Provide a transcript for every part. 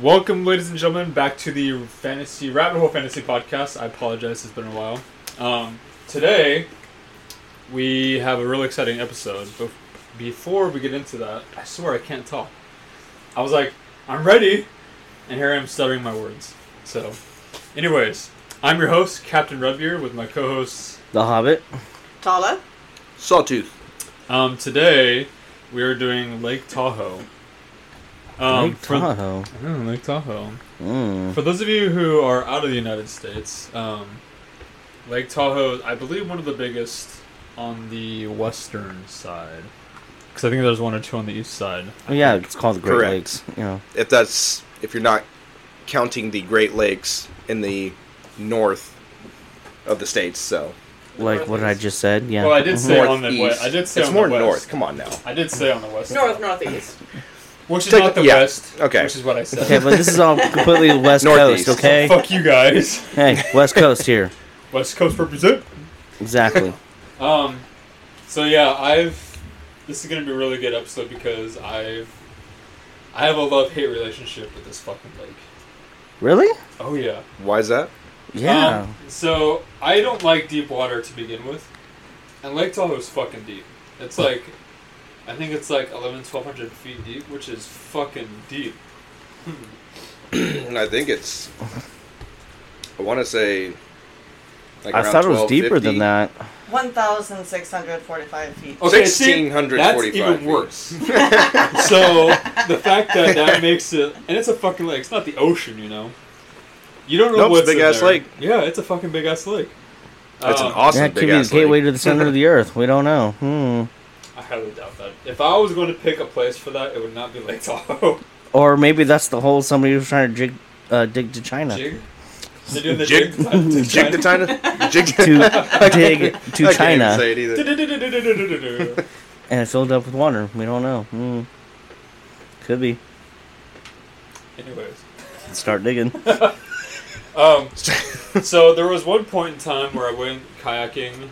Welcome, ladies and gentlemen, back to the Fantasy Rabbit Hole Fantasy Podcast. I apologize, it's been a while. Um, today, we have a really exciting episode, but before we get into that, I swear I can't talk. I was like, I'm ready, and here I am stuttering my words. So, anyways, I'm your host, Captain Rubeer, with my co hosts. The Hobbit. Tala. Sawtooth. Um, today, we are doing Lake Tahoe. Um, Lake for- Tahoe. Yeah, Lake Tahoe. Mm. For those of you who are out of the United States, um, Lake Tahoe, is, I believe, one of the biggest on the western side. Because I think there's one or two on the east side. Oh, yeah, it's called the Great Correct. Lakes. You know, If that's if you're not counting the Great Lakes in the north of the states, so like what I just said. Yeah. Mm-hmm. Well, I did say northeast. on the west. I did say it's on more the west. north. Come on now. I did say on the west. North, side, northeast. Which is Take- not the yeah, west. okay. Which is what I said. Okay, but this is all completely West Northeast. Coast. Okay. Fuck you guys. Hey, West Coast here. West Coast represent. Exactly. Um, so yeah, I've this is gonna be a really good episode because I've I have a love hate relationship with this fucking lake. Really? Um, Oh yeah. Why is that? Yeah. Um, so I don't like deep water to begin with, and Lake Tahoe is fucking deep. It's like, I think it's like 11, 1200 feet deep, which is fucking deep. I think it's. I want to say. Like I around thought it was deeper 1250. than that. 1,645 feet. Okay, see, 1645 that's even feet. worse. so the fact that that makes it, and it's a fucking lake. It's not the ocean, you know. You don't know Nope, it's a what's in big-ass there. lake. Yeah, it's a fucking big ass lake. That's Um, an awesome that could big be the ass gateway lake. to the center of the earth. We don't know. Hmm. I highly doubt that. If I was going to pick a place for that, it would not be Lake Tahoe. Or maybe that's the hole somebody was trying to jig, uh, dig to China. Jig. They're doing the Jig- jig. Jig to China. Jig To dig I to can't even China. say it either. And it filled up with water. We don't know. Hmm. Could be. Anyways, Start digging. um, so there was one point in time where I went kayaking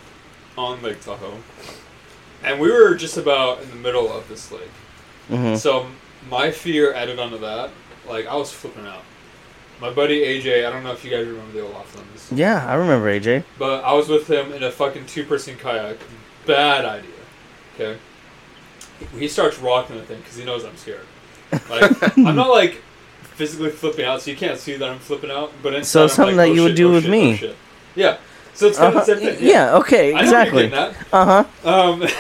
on Lake Tahoe, and we were just about in the middle of this lake. hmm So my fear added onto that, like I was flipping out. My buddy AJ, I don't know if you guys remember the Olaf ones, Yeah, I remember AJ. but I was with him in a fucking two-person kayak. Bad idea. Okay. He starts rocking the thing because he knows I'm scared. Like I'm not like physically flipping out, so you can't see that I'm flipping out. But inside, So I'm something like, that "Oh you would shit, do oh with shit, me." oh shit." Yeah. So it's kind Uh-huh. of the same thing. Yeah, okay, I exactly. know you're getting Uh huh. that. Um,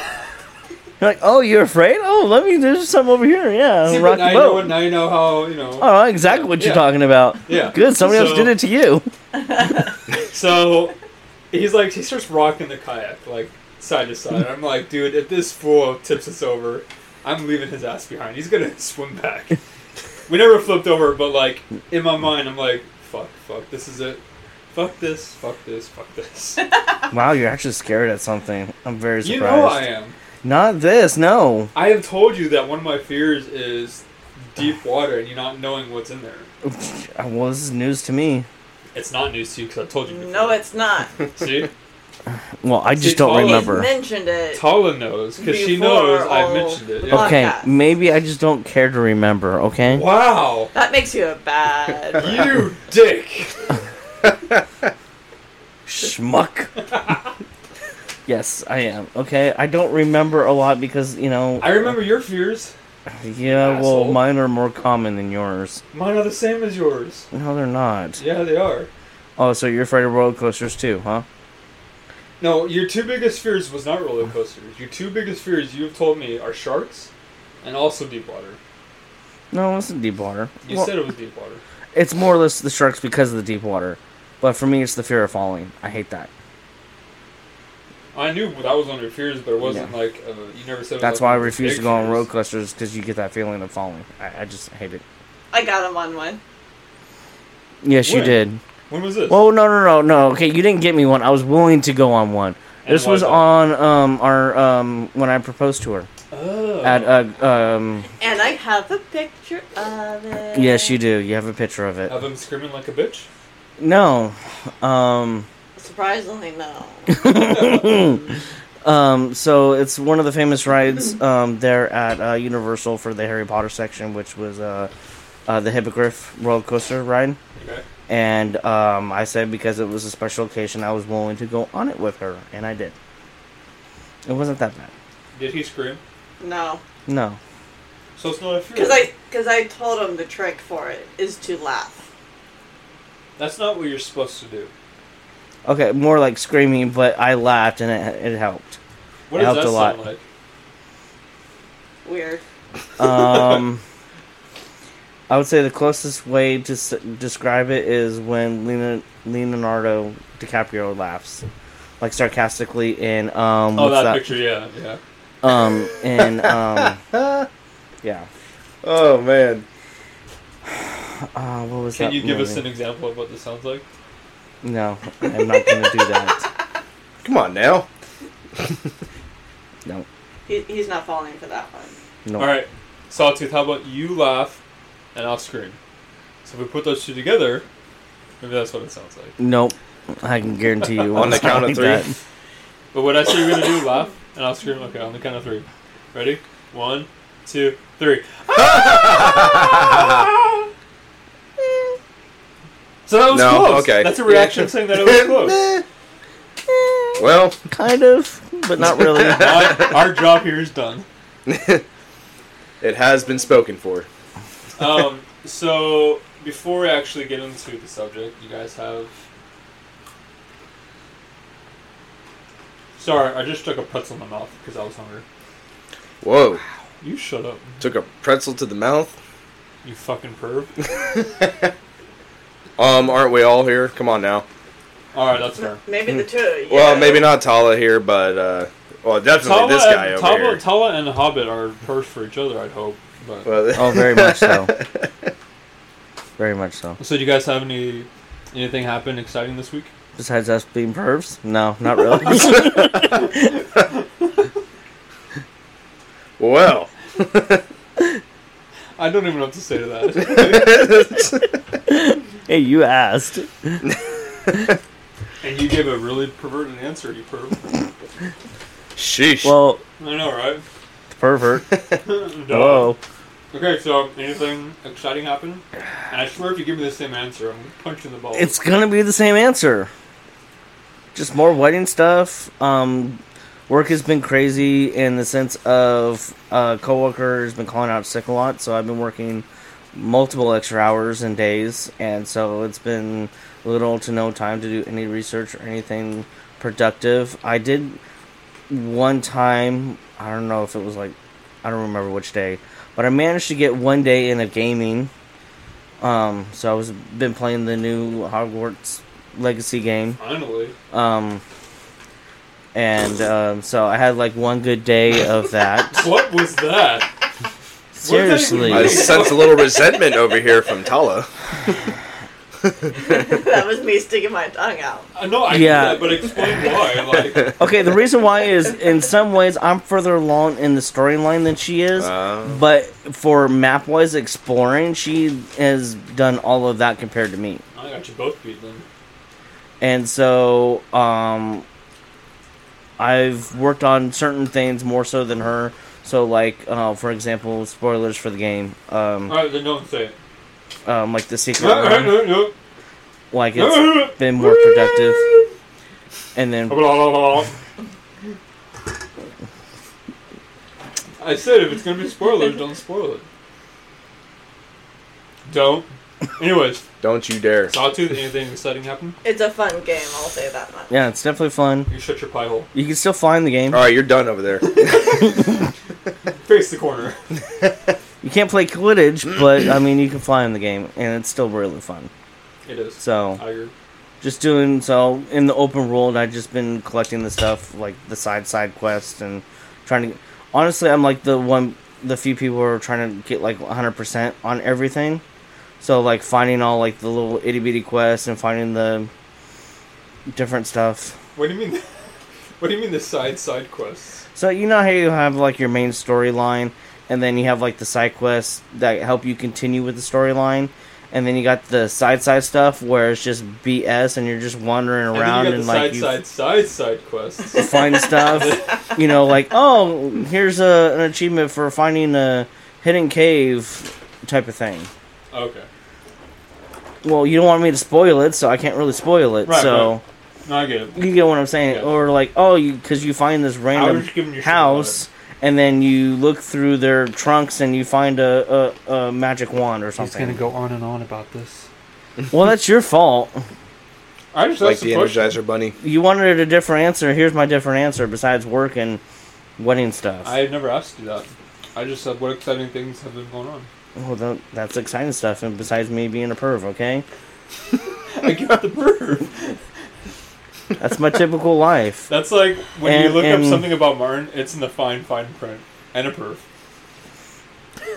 You're like, oh, you're afraid? Oh, let me. There's something over here. Yeah, see, but Uh, rock now the you know, boat. now you know how you know. Oh, exactly what Yeah. you're talking about. Yeah. Good. Somebody So- else did it to you. So he's like, he starts rocking the kayak like side to side. I'm like, dude, if this fool tips us over, I'm leaving his ass behind. He's gonna swim back. we never flipped over, but like in my mind, I'm like, fuck, fuck, this is it. Fuck this, fuck this, fuck this. Wow, you're actually scared at something. I'm very surprised. you know I am. Not this. No. I have told you that one of my fears is deep water and you not knowing what's in there. Uh, Well, this is news to me. It's not news to you because I told you. Before. No, it's not. see, Well, I See, just don't Paul is He's remember. mentioned it. Tala knows because she Before knows all- I've mentioned it. Yeah. Oh. Okay, Podcast. maybe I just don't care to remember. Okay. Wow. That makes you a bad. You dick. Schmuck. yes, I am. Okay, I don't remember a lot because you know. I remember your fears. Yeah, Asshole. well, mine are more common than yours. Mine are the same as yours. No, they're not. Yeah, they are. Oh, so you're afraid of roller coasters too, huh? No, your two biggest fears was not roller coasters. Your two biggest fears you've told me are sharks and also deep water. No, it's the deep water. You Well, said it was deep water. it's more or less the sharks because of the deep water, but for me, it's the fear of falling. I hate that. I knew that was one of your fears, but it wasn't like uh, you never said. it was like That's why one I of your refuse big to go on fears. roller coasters because you get that feeling of falling. I, I just hate it. I got him on one. Yes, you When? did. When was this? Well, no, no, no, no. Okay, you didn't get me one. I was willing to go on one. And This why was though? on um our um when I proposed to her oh. at uh um And I have a picture of it. yes you do you have a picture of it of him screaming like a bitch. no um Surprisingly, no. Um, so it's one of the famous rides um, there at uh, Universal for the Harry Potter section, which was uh, uh, the Hippogriff roller coaster ride. Okay. And um, I said because it was a special occasion, I was willing to go on it with her, and I did. It wasn't that bad. Did he scream? No. No. So it's not a fear. Because I, cause I told him the trick for it is to laugh. That's not what you're supposed to do. Okay, more like screaming, but I laughed and it, it helped. What It does helped that a lot. sound like? Weird. Um, I would say the closest way to s- describe it is when Lena, Leonardo DiCaprio laughs, like sarcastically in um, Oh, what's that, that? picture. Yeah, yeah. Um, in um, yeah. Oh man. Uh, what was Can that you give us movie? an example of what this sounds like? No, I'm not going to do that. Come on now. No, He, he's not falling for that one. no. All right, Sawtooth. How about you laugh, and I'll scream. So if we put those two together, maybe that's what it sounds like. Nope. I can guarantee you. On the it's not count of like three? that. But what I say you're gonna do, laugh, and I'll scream. Okay, on the count of three. Ready? One, two, three. so that was No, close. okay. That's a reaction saying that it was close. well, Kind of, but not really. Our- our job here is done. it has been spoken for. um, so before we actually get into the subject, you guys have. Sorry, I just took a pretzel in my mouth because I was hungry. Whoa. You shut up, Took a pretzel to the mouth. you fucking perv. Um, aren't we all here? Come on now. All right, that's fair. Maybe the two. of you. Hmm. Well, maybe not Tala here, but uh, well, definitely Tala, this guy and, over Tala, here. Tala and Hobbit are pervs for each other, I'd hope. But Well, oh, very much so. Very much so. so, do you guys have any anything happen exciting this week? Besides us being pervs? No, not really. well. I don't even know what to say to that. hey, you asked. and you gave a really perverted answer, you perv. Sheesh. Well, I know, right? pervert. Duh. Hello. Okay, so anything exciting happen? And I swear, if you give me the same answer, I'm gonna punch you in the balls. It's gonna be the same answer. Just more wedding stuff. Um, work has been crazy in the sense of uh, coworker has been calling out sick a lot, so I've been working multiple extra hours and days, and so it's been little to no time to do any research or anything productive. I did one time. I don't know if it was like I don't remember which day, but I managed to get one day in of gaming. Um, so I was been playing the new Hogwarts Legacy game. finally. Um, and um, so I had like one good day of that. What was that? Seriously, I sense a little resentment over here from Tala. that was me sticking my tongue out. I know Uh, I Yeah. yeah. that, but explain why. Like, okay. The reason why is in some ways I'm further along in the storyline than she is. Uh, but for map wise exploring, she has done all of that compared to me. I got you both beat then. And so um I've worked on certain things more so than her. So like uh, for example, spoilers for the game. Um, All right, then don't say it. um like the secret No, no, room, no, no. like it's been more productive. And then I said if it's gonna be spoilers, don't spoil it. Don't. Anyways, don't you dare. Sawtooth, anything exciting happen? It's a fun game, I'll say that much. yeah, it's definitely fun. You shut your pie hole. You can still find the game. Alright, you're done over there. Face the corner. You can't play Quidditch, but I mean you can find the game and it's still really fun. It is. So I agree. just doing so in the open world i've just been collecting the stuff like the side side quests and trying to honestly i'm like the one the few people who are trying to get like 100% on everything so like finding all like the little itty-bitty quests and finding the different stuff What do you mean? What do you mean the side side quests? so you know how you have like your main storyline and then you have like the side quests that help you continue with the storyline and then you got the side side stuff where it's just bs and you're just wandering around and, then you and, got like the you side side side side quests. find stuff. you know, like oh, here's a, an achievement for finding a hidden cave type of thing. Okay. Well, you don't want me to spoil it, so I can't really spoil it. Right, so No, I get it. you get what I'm saying, Yeah. or like, oh, you because you find this I random was just giving you shit about house, and then you look through their trunks and you find a a, a magic wand or something. go on and on about this. Well, that's your fault. I just like asked the the question. Energizer Bunny. You wanted a different answer. Here's my different answer. Besides work and wedding stuff. I had never asked you that. I just said what exciting things have been going on. Well, tha- that's exciting stuff. And besides me being a perv, okay, I give it the bird. that's my typical life. That's like when And- you look and- up something about Martin, it's in the fine, fine print. And a perf.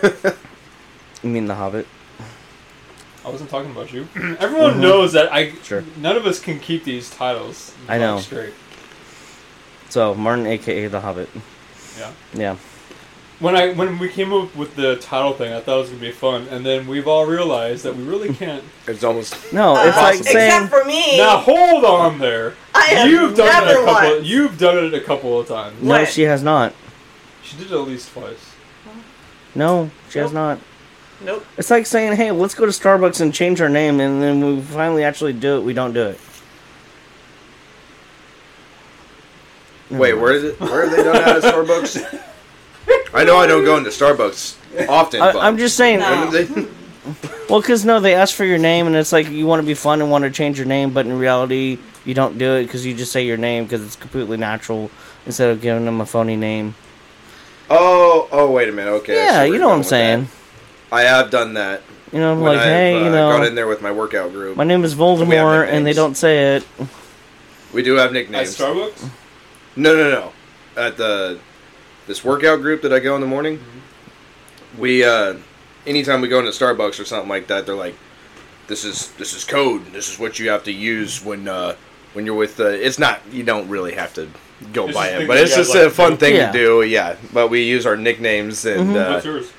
You mean the Hobbit? I wasn't talking about you. Everyone knows that I. Mm-hmm. Sure. None of us can keep these titles. I like, know. Straight. So Martin, aka the Hobbit. Yeah. Yeah. When I when we came up with the title thing, I thought it was gonna be fun, and then we've all realized that we really can't. It's almost No, it's Uh, like except saying for me. now hold on there. I have You've done it never a couple. once. You've done it a couple of times. no, What? she has not. She did it at least twice. No, she has not. Nope. It's like saying, hey, let's go to Starbucks and change our name, and then we finally actually do it. We don't do it. Mm. Wait, where is it? Where are they done out of Starbucks? I know I don't go into Starbucks often. I, but I'm just saying. No. When did they- Well, because no, they ask for your name, and it's like you want to be fun and want to change your name, but in reality, you don't do it because you just say your name because it's completely natural instead of giving them a phony name. Oh, oh, wait a minute. Okay. I see yeah, where you you're know what going I'm with saying. that. I have done that. You know, I'm when like, I've, hey, uh, you got know, in there with my workout group. my name is We have Voldemort, nicknames. and they don't say it. We do have At nicknames. Starbucks. No, no, no. At the this workout group that I go in the morning, Mm-hmm. we uh anytime we go into Starbucks or something like that, they're like, "This is this is code. This is what you have to use when uh when you're with uh It's not you don't really have to go It's by just it, things but you it's guys just like a to fun do. thing Yeah. to do. Yeah, but we use our nicknames and Mhm. What's uh, yours?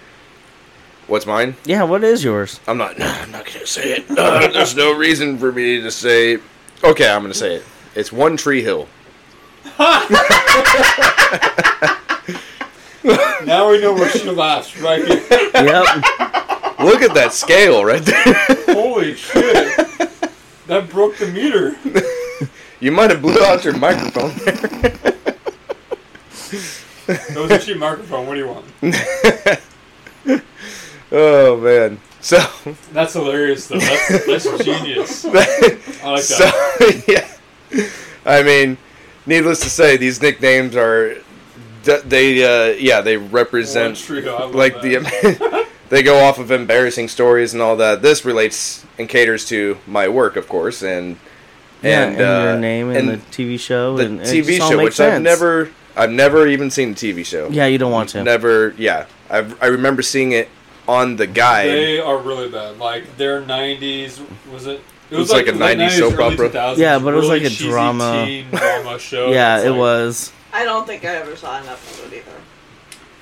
what's mine? Yeah, what is yours? I'm not. No, I'm not gonna say it. Uh, there's no reason for me to say. Okay, I'm gonna say it. It's One Tree Hill. Now we know where she laughs. Right? Here. yep. Look at that scale right there. Holy shit! That broke the meter. You might have blew out your microphone there. That was a cheap microphone. What do you want? Oh man. So, That's hilarious, though. That's, that's genius. I like that. so yeah. I mean, needless to say, these nicknames are d- they uh, yeah they One represent trio, I love like that. the they go off of embarrassing stories and all that. This relates and caters to my work, of course, and Yeah, and, and, uh, your name and, the TV show the and it TV just all show, makes which I've sense. never I've never even seen the TV show. Yeah, you don't want to. Never. Yeah. I I remember seeing it on the guide. They are really bad. Like their '90s was it? It was like a late 90s soap early opera. 2000s, Yeah, but it was really like a cheesy drama. Teen drama show. yeah, It's it like- was. I don't think I ever saw an episode either.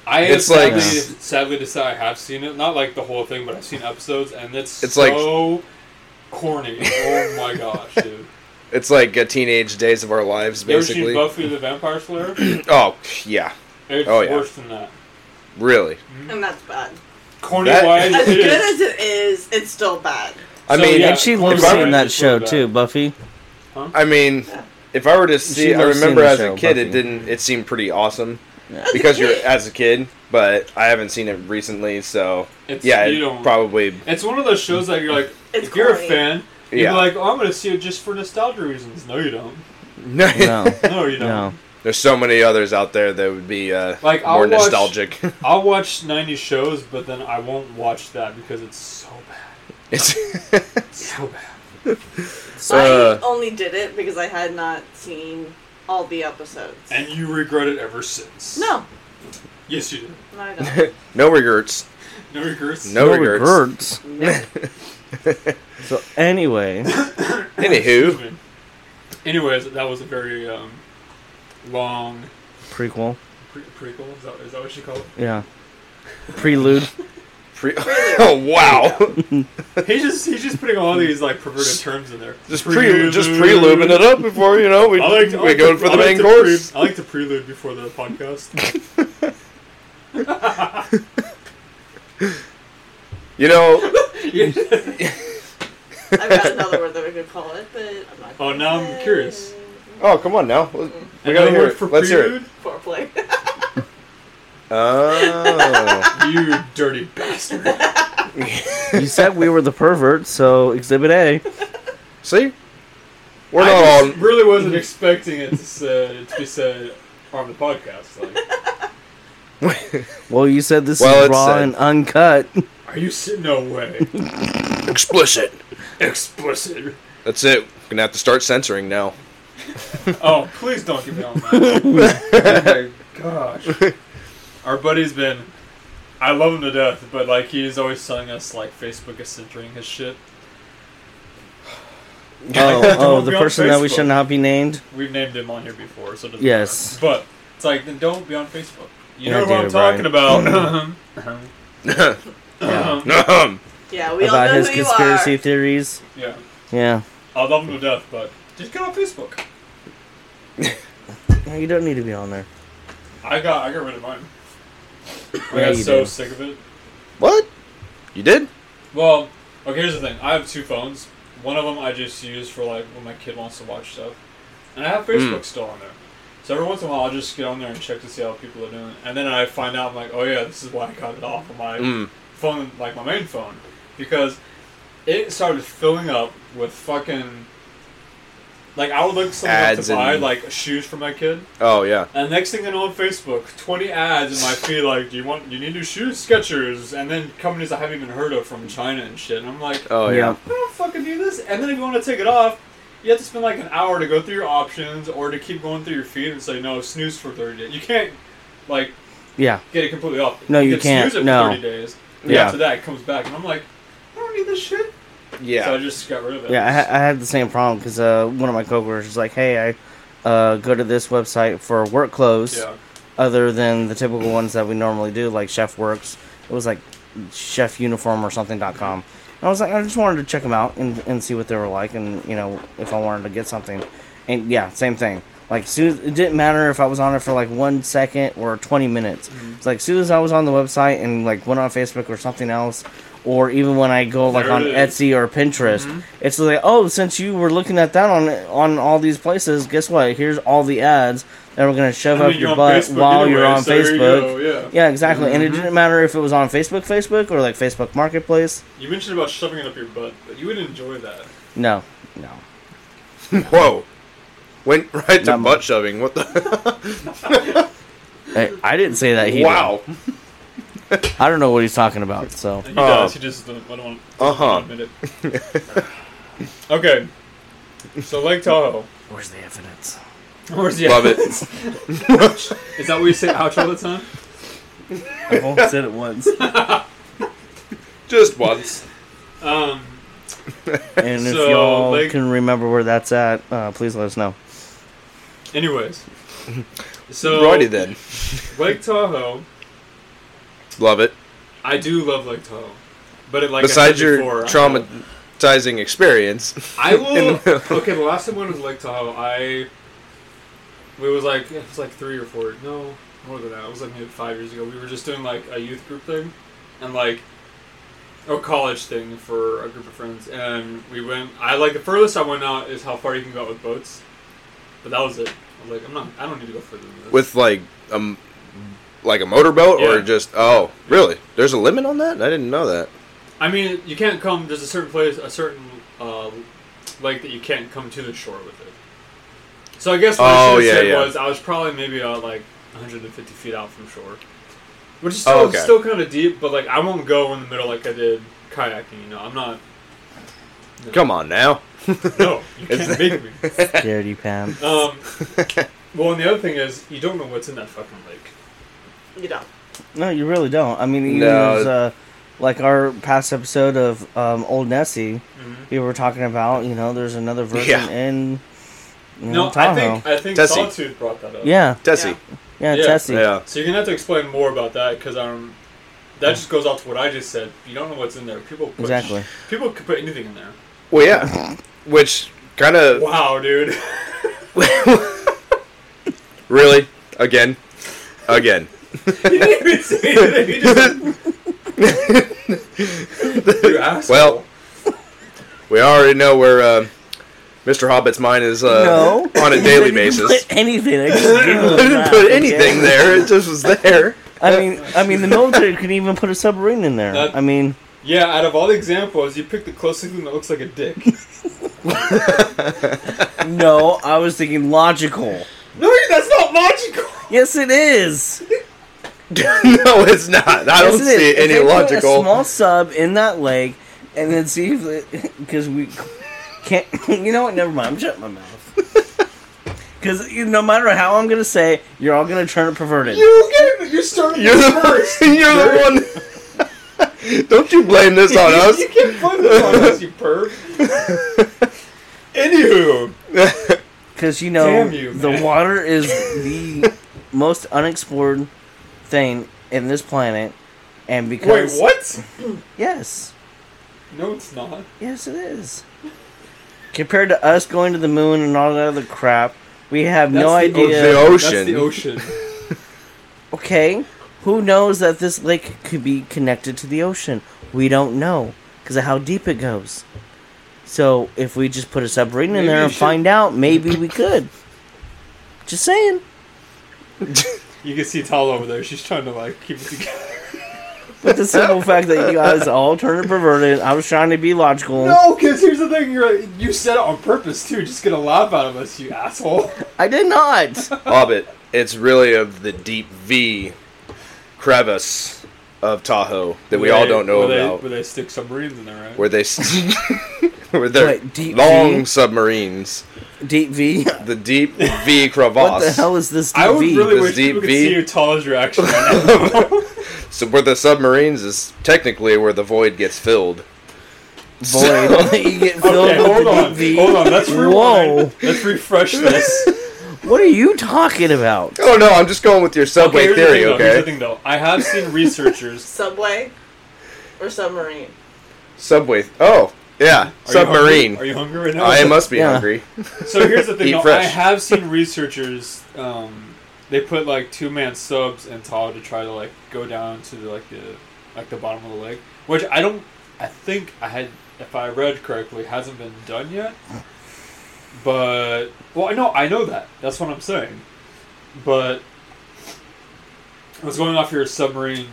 I it's It's like- sadly, Yeah. sadly to say, I have seen it. Not like the whole thing, but I've seen episodes, and it's It's like- so corny. Oh my gosh, dude! It's like a teenage days of our lives, You ever seen basically. Buffy the Vampire Slayer? It's Oh yeah, Oh, yeah. worse than that. really. And that's bad. Corny That- wise, As Hmm. it good is. as it is, it's still bad. I So, mean, yeah. and she of loves course seeing I that just show love that. too, Buffy. I mean, if I were to see, I loves seeing remember the as a show, kid, Buffy. it didn't. It seemed pretty awesome As a because you're kid. as a kid, but I haven't seen it recently, so It's- yeah, you it don't- probably. It's one of those shows that you're like, It's if you're a corny. fan, you're Yeah. like, oh, I'm gonna see it just for nostalgia reasons. No, you don't. No, No, you don't. no. There's so many others out there that would be uh, Like, I'll more watch- nostalgic. I'll watch 90 shows, but then I won't watch that because it's so bad. it's So bad. Uh, I only did it because I had not seen all the episodes. And you regret it ever since. no, Yes, you did. no, I don't. no regrets. No regrets. No regrets. regrets. no. So anyway, Excuse Anywho, me. Anyways, that was a very um, long prequel. pre- prequel. Is that, is that what you call Yeah. Prelude. pre- oh wow, it? He's just he's just putting all these like perverted terms in there. just pre just pre lubing it up before you know we I like, to- I we like go to- for I the like main to course. Pre- I like to prelude before the podcast. You know, I've got another word that we could call it, but I'm not. Oh, gonna now I'm say. curious. oh come on now, we Another gotta hear word it. Let's hear it. prelude? Foreplay. Oh, You dirty bastard. You said we were the pervert, so Exhibit A. see, we're I not just really wasn't expecting it to, say, to be said on the podcast. Like, all. Well, you said this Well, is it's uh, raw said. and uncut. are you sitting no way? Explicit. Explicit. That's it. We're gonna have to start censoring now. Oh, please don't get me on that. oh my gosh. Our buddy's been. I love him to death, but like he's always telling us like Facebook is censoring his shit. Oh, oh, Don't be the on person that we Facebook. should not be named. We've named him on here before, so it doesn't Yes. matter. But it's like then don't be on Facebook. You Yeah, know who I'm dude, talking about. Yeah. Ahem. Yeah, we all About know his who you conspiracy are. theories. yeah. Yeah. I love him to death, but just get on Facebook. No, You don't need to be on there. I got I got rid of mine. I Yeah, got you so do. sick of it. what? You did? Well, okay, here's the thing. I have two phones. One of them I just use for like when my kid wants to watch stuff, and I have Facebook still on there. So every once in a while, I'll just get on there and check to see how people are doing, and then I find out I'm like, oh yeah, this is why I got it off of my Mm. phone, like my main phone, because it started filling up with fucking. Like I would look something up Ads to buy and- like shoes for my kid, Oh yeah. and next thing I know on Facebook, twenty ads in my feed like, do you want you need new shoes, Skechers, and then companies I haven't even heard of from China and shit, and I'm like, Oh yeah. I don't fucking do this. And then if you want to take it off, you have to spend like an hour to go through your options or to keep going through your feed and say no, snooze for thirty days. You can't like Yeah. get it completely off. No, you can can't. Snooze it No. for thirty days. Yeah. Yeah. After that, it comes back, and I'm like, I don't need this shit. So I just got rid of it. Yeah, I, ha- I had the same problem because uh, one of my coworkers was like, "Hey, I uh, go to this website for work clothes yeah. other than the typical ones that we normally do, like Chef Works." It was like Chef Uniform or something dot com. And I was like, I just wanted to check them out and, and see what they were like, and you know if I wanted to get something. And yeah, same thing. Like, soon as, it didn't matter if I was on it for like one second or twenty minutes. Mm-hmm. It's like, soon as I was on the website and like went on Facebook or something else, or even when I go like There on it is. Mm-hmm. Etsy. Etsy or Pinterest. It's like, oh, since you were looking at that on on all these places, guess what? Here's all the ads that we're gonna shove I mean, up you're your on butt Facebook while anyway, you're on so there you Facebook. go, Mm-hmm. yeah. Yeah, exactly. And it didn't matter if it was on Facebook, Facebook, or like Facebook Marketplace. You mentioned about shoving it up your butt, but you would enjoy that. No, no. Whoa. Went right to Not butt much. shoving. What the? I, I didn't say that. He did. wow. I don't know what he's talking about. So He Oh. does. He just doesn't, I don't want to Uh-huh. admit it. okay. So Lake Tahoe. where's the evidence? Where's the Love it. Is that what you say outro all the time? I only said it once, Just once. Um, and if So, y'all like- can remember where that's at, uh, please let us know. anyways. So Righty then. Lake Tahoe. Love it. I do love Lake Tahoe. But it, like I Besides said your before, I- traumatizing experience. I will. okay, the last time I went to Lake Tahoe, I it was like it was like three or four. No, more than that. It was like maybe five years ago. We were just doing like a youth group thing, and like a college thing for a group of friends, and we went. I like the furthest I went out is how far you can go out with boats, but that was it. I was like, I'm not. I don't need to go further than this. with like um like a motorboat or Yeah. just oh really there's a limit on that i didn't know that I mean, you can't come. There's a certain place, a certain uh, lake that you can't come to the shore with it. So I guess what Oh, I should yeah, have said yeah. was I was probably maybe out like 150 feet out from shore, which is still, Oh, okay. still kind of deep. But like I won't go in the middle like I did kayaking. You know, I'm not. come on now No, you It's- can't make me. Dirty Pam. Um, well, and the other thing is you don't know what's in that fucking lake. You know. No, you really don't. I mean, even No. as, uh, like our past episode of um, Old Nessie, Mm-hmm. we were talking about. You know, there's another version Yeah. in you Mm, know, No, I Tahoe. think I think Tessie. Sawtooth brought that up. yeah, tessie yeah, Yeah. Tessie. yeah So you're gonna have to explain more about that because um, that just goes off to what I just said. You don't know what's in there. People put, Exactly. People could put anything in there. well yeah which kind of Wow, dude. really again again he didn't even say anything. He just You asshole. Well, we already know where uh, Mr. Hobbit's mind is uh, no. on a I daily didn't basis. Put anything. I, just I Googled didn't that, put okay? anything there. It just was there. I mean, I mean, the military could even put a submarine in there. That- I mean, yeah. Out of all the examples, you picked the closest thing that looks like a dick. no, I was thinking logical. no, that's not logical. Yes, it is. no, it's not. I Yes, don't it see is. If any they put logical. A small sub in that lake, and then see if because we can't. You know what? Never mind. I'm shutting my mouth. Because no matter how I'm gonna say, you're all gonna turn it perverted. You get it. You started You're the first. You're the one. Don't you blame this on us? you can't find this on us, you perv. Anywho, Because you know Damn you, the man. water is the most unexplored thing in this planet, and wait, because what? yes, No, it's not. yes, it is. Compared to us going to the moon and all that other crap, we have no That's the idea. The That's ocean. the ocean. Okay, who knows that this lake could be connected to the ocean? We don't know because of how deep it goes. So if we just put a submarine in Maybe there you and should- find out, maybe we could. Just saying. You can see Tal over there. She's trying to like keep it together. But the simple fact that you guys all turned it perverted, I was trying to be logical. No, because here's the thing. You're, you said it on purpose too. Just get a laugh out of us, you asshole. I did not. Hobbit. It's really of the deep V crevice of Tahoe that we all don't know where about. They, where they stick submarines in there, right? where they s- where they're Wait, deep long V? submarines. Deep V. The deep V What the crevasse. hell is this I deep would V? really This wish people deep could V? see your Tal's reaction right now. So where the submarines is technically where the void gets filled. Void. you get filled okay, with hold the on. deep V. Hold on. Let's rewind. Whoa. Let's refresh this. What are you talking about? Oh no, I'm just going with your subway here's the theory, thing, though, Here's the okay? thing, though. I have seen researchers. Subway or submarine? Subway. Oh, yeah, Are you submarine. hungry? Are you hungry right now? I must be Yeah. hungry. So here's the thing. Eat though, I fresh. have seen researchers. Um, they put like two man subs in Tahoe to try to like go down to the, like the like the bottom of the lake, which I don't. I think I had, if I read correctly, hasn't been done yet. But well, I know I know that. That's what I'm saying. But I was going off your submarine.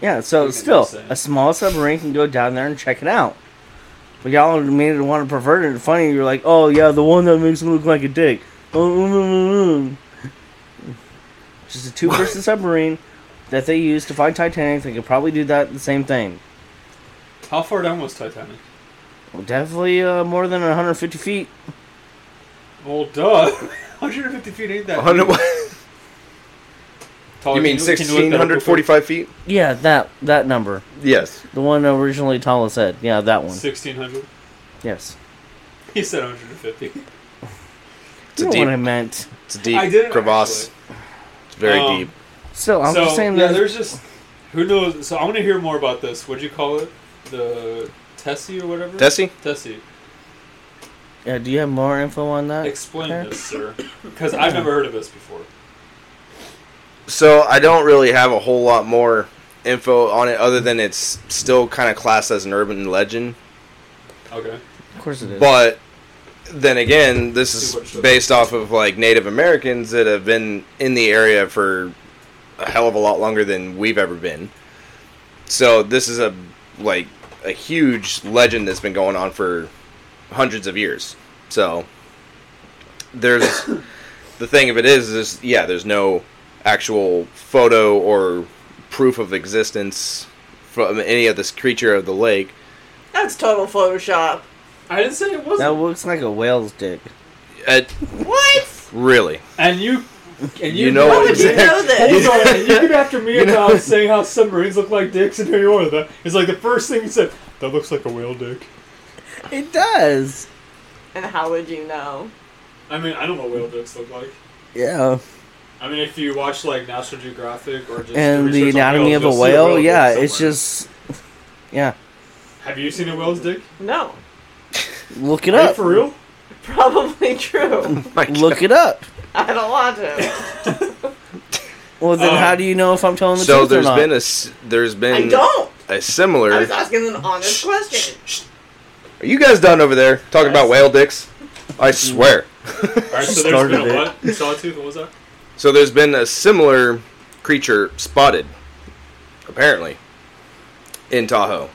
Yeah, so Okay, still, that's it. a small submarine can go down there and check it out. But y'all made it want to pervert it and funny. You're like, oh yeah, the one that makes him look like a dick. Oh, mm, Just a two-person submarine that they used to find Titanic. They could probably do that the same thing. How far down was Titanic? Well, definitely uh, more than 150 feet. Well, duh. 150 feet ain't that. A hundred- deep. Tyler, you mean Oh, can can look that up real quick? 1645 feet? Yeah, that that number, Yes. the one originally Tala said. Yeah, that one. 1600. Yes, He said 150. It's a you know deep, what I meant. it's a deep I didn't crevasse. actually. It's very Um, deep. Still, I'm so just saying yeah, that. there's just who knows. So I want to hear more about this. What'd you call it? The Tessie or whatever. Tessie? Tessie. Yeah, do you have more info on that? Explain Okay. this, sir, because I've never heard of this before. So I don't really have a whole lot more info on it other than it's still kind of classed as an urban legend. Okay. Of course it is. But then again, this Too much is of based off of like Native Americans that have been in the area for a hell of a lot longer than we've ever been. So this is a like a huge legend that's been going on for hundreds of years. So there's the thing of it is is yeah, there's no actual photo or proof of existence from any of this creature of the lake. That's total Photoshop. I didn't say it That wasn't. looks like a whale's dick. Uh, What? really. and you. And you, You know How would you exactly. know Hold this? on, and you get after me about saying how submarines look like dicks, and here you are. with That it's like the first thing you said. That looks like a whale dick. It does. And how would you know? I mean, I don't know what whale dicks look like. Yeah. I mean, if you watch like National Geographic or just And the research on anatomy whales, of a you'll see whale, dick yeah, it's somewhere. just yeah. Have you seen a whale's dick? No. Look it Are you up. for real? Probably true. My Look it up. I don't want to. Well then Um, how do you know if I'm telling the so truth or there's not? been a s- there's been I don't. a similar. I was asking an honest question. Are you guys done over there talking about whale dicks? I Mm. swear. Alright, so there's Started been a it. what? Sawtooth, what was that? So there's been a similar creature spotted, apparently, in Tahoe.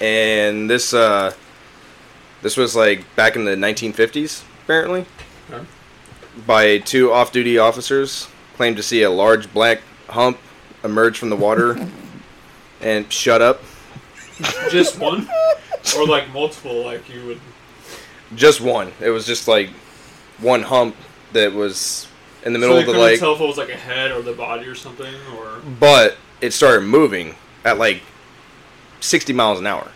And this uh, this was like back in the 1950s, apparently, Okay. by two off-duty officers claimed to see a large black hump emerge from the water and shut up. Just one? Or like multiple, like you would. Just one. It was just like one hump that was in the middle so of the couldn't lake. tell if it was like a head or the body or something, or but it started moving at like 60 miles an hour.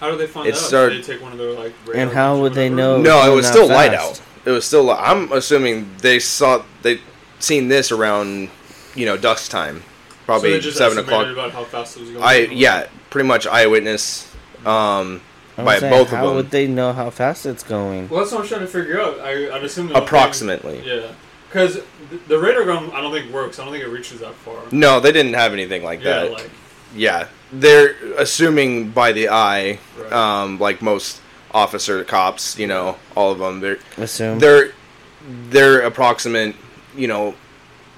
how do they find It out? started- Did they take one of their like. radar And how guns or would they whatever? know? no, it going was Oh, that still light fast. out. It was still. li- I'm assuming they saw they seen this around, you know, dusk time, So probably they just seven estimated o'clock. About how fast it was going. I yeah, pretty much eyewitness. Um, I'm by saying, both of how them. would they know how fast it's going? Well, that's what I'm trying to figure out. I, I'd assume. the only approximately. thing- Yeah, because the, the radar gun, I don't think works. I don't think it reaches that far. No, they didn't have anything like yeah, that. like yeah, they're assuming by the eye, Right. um, like most officer cops, you know, all of them. They're Assume. their their approximate, you know,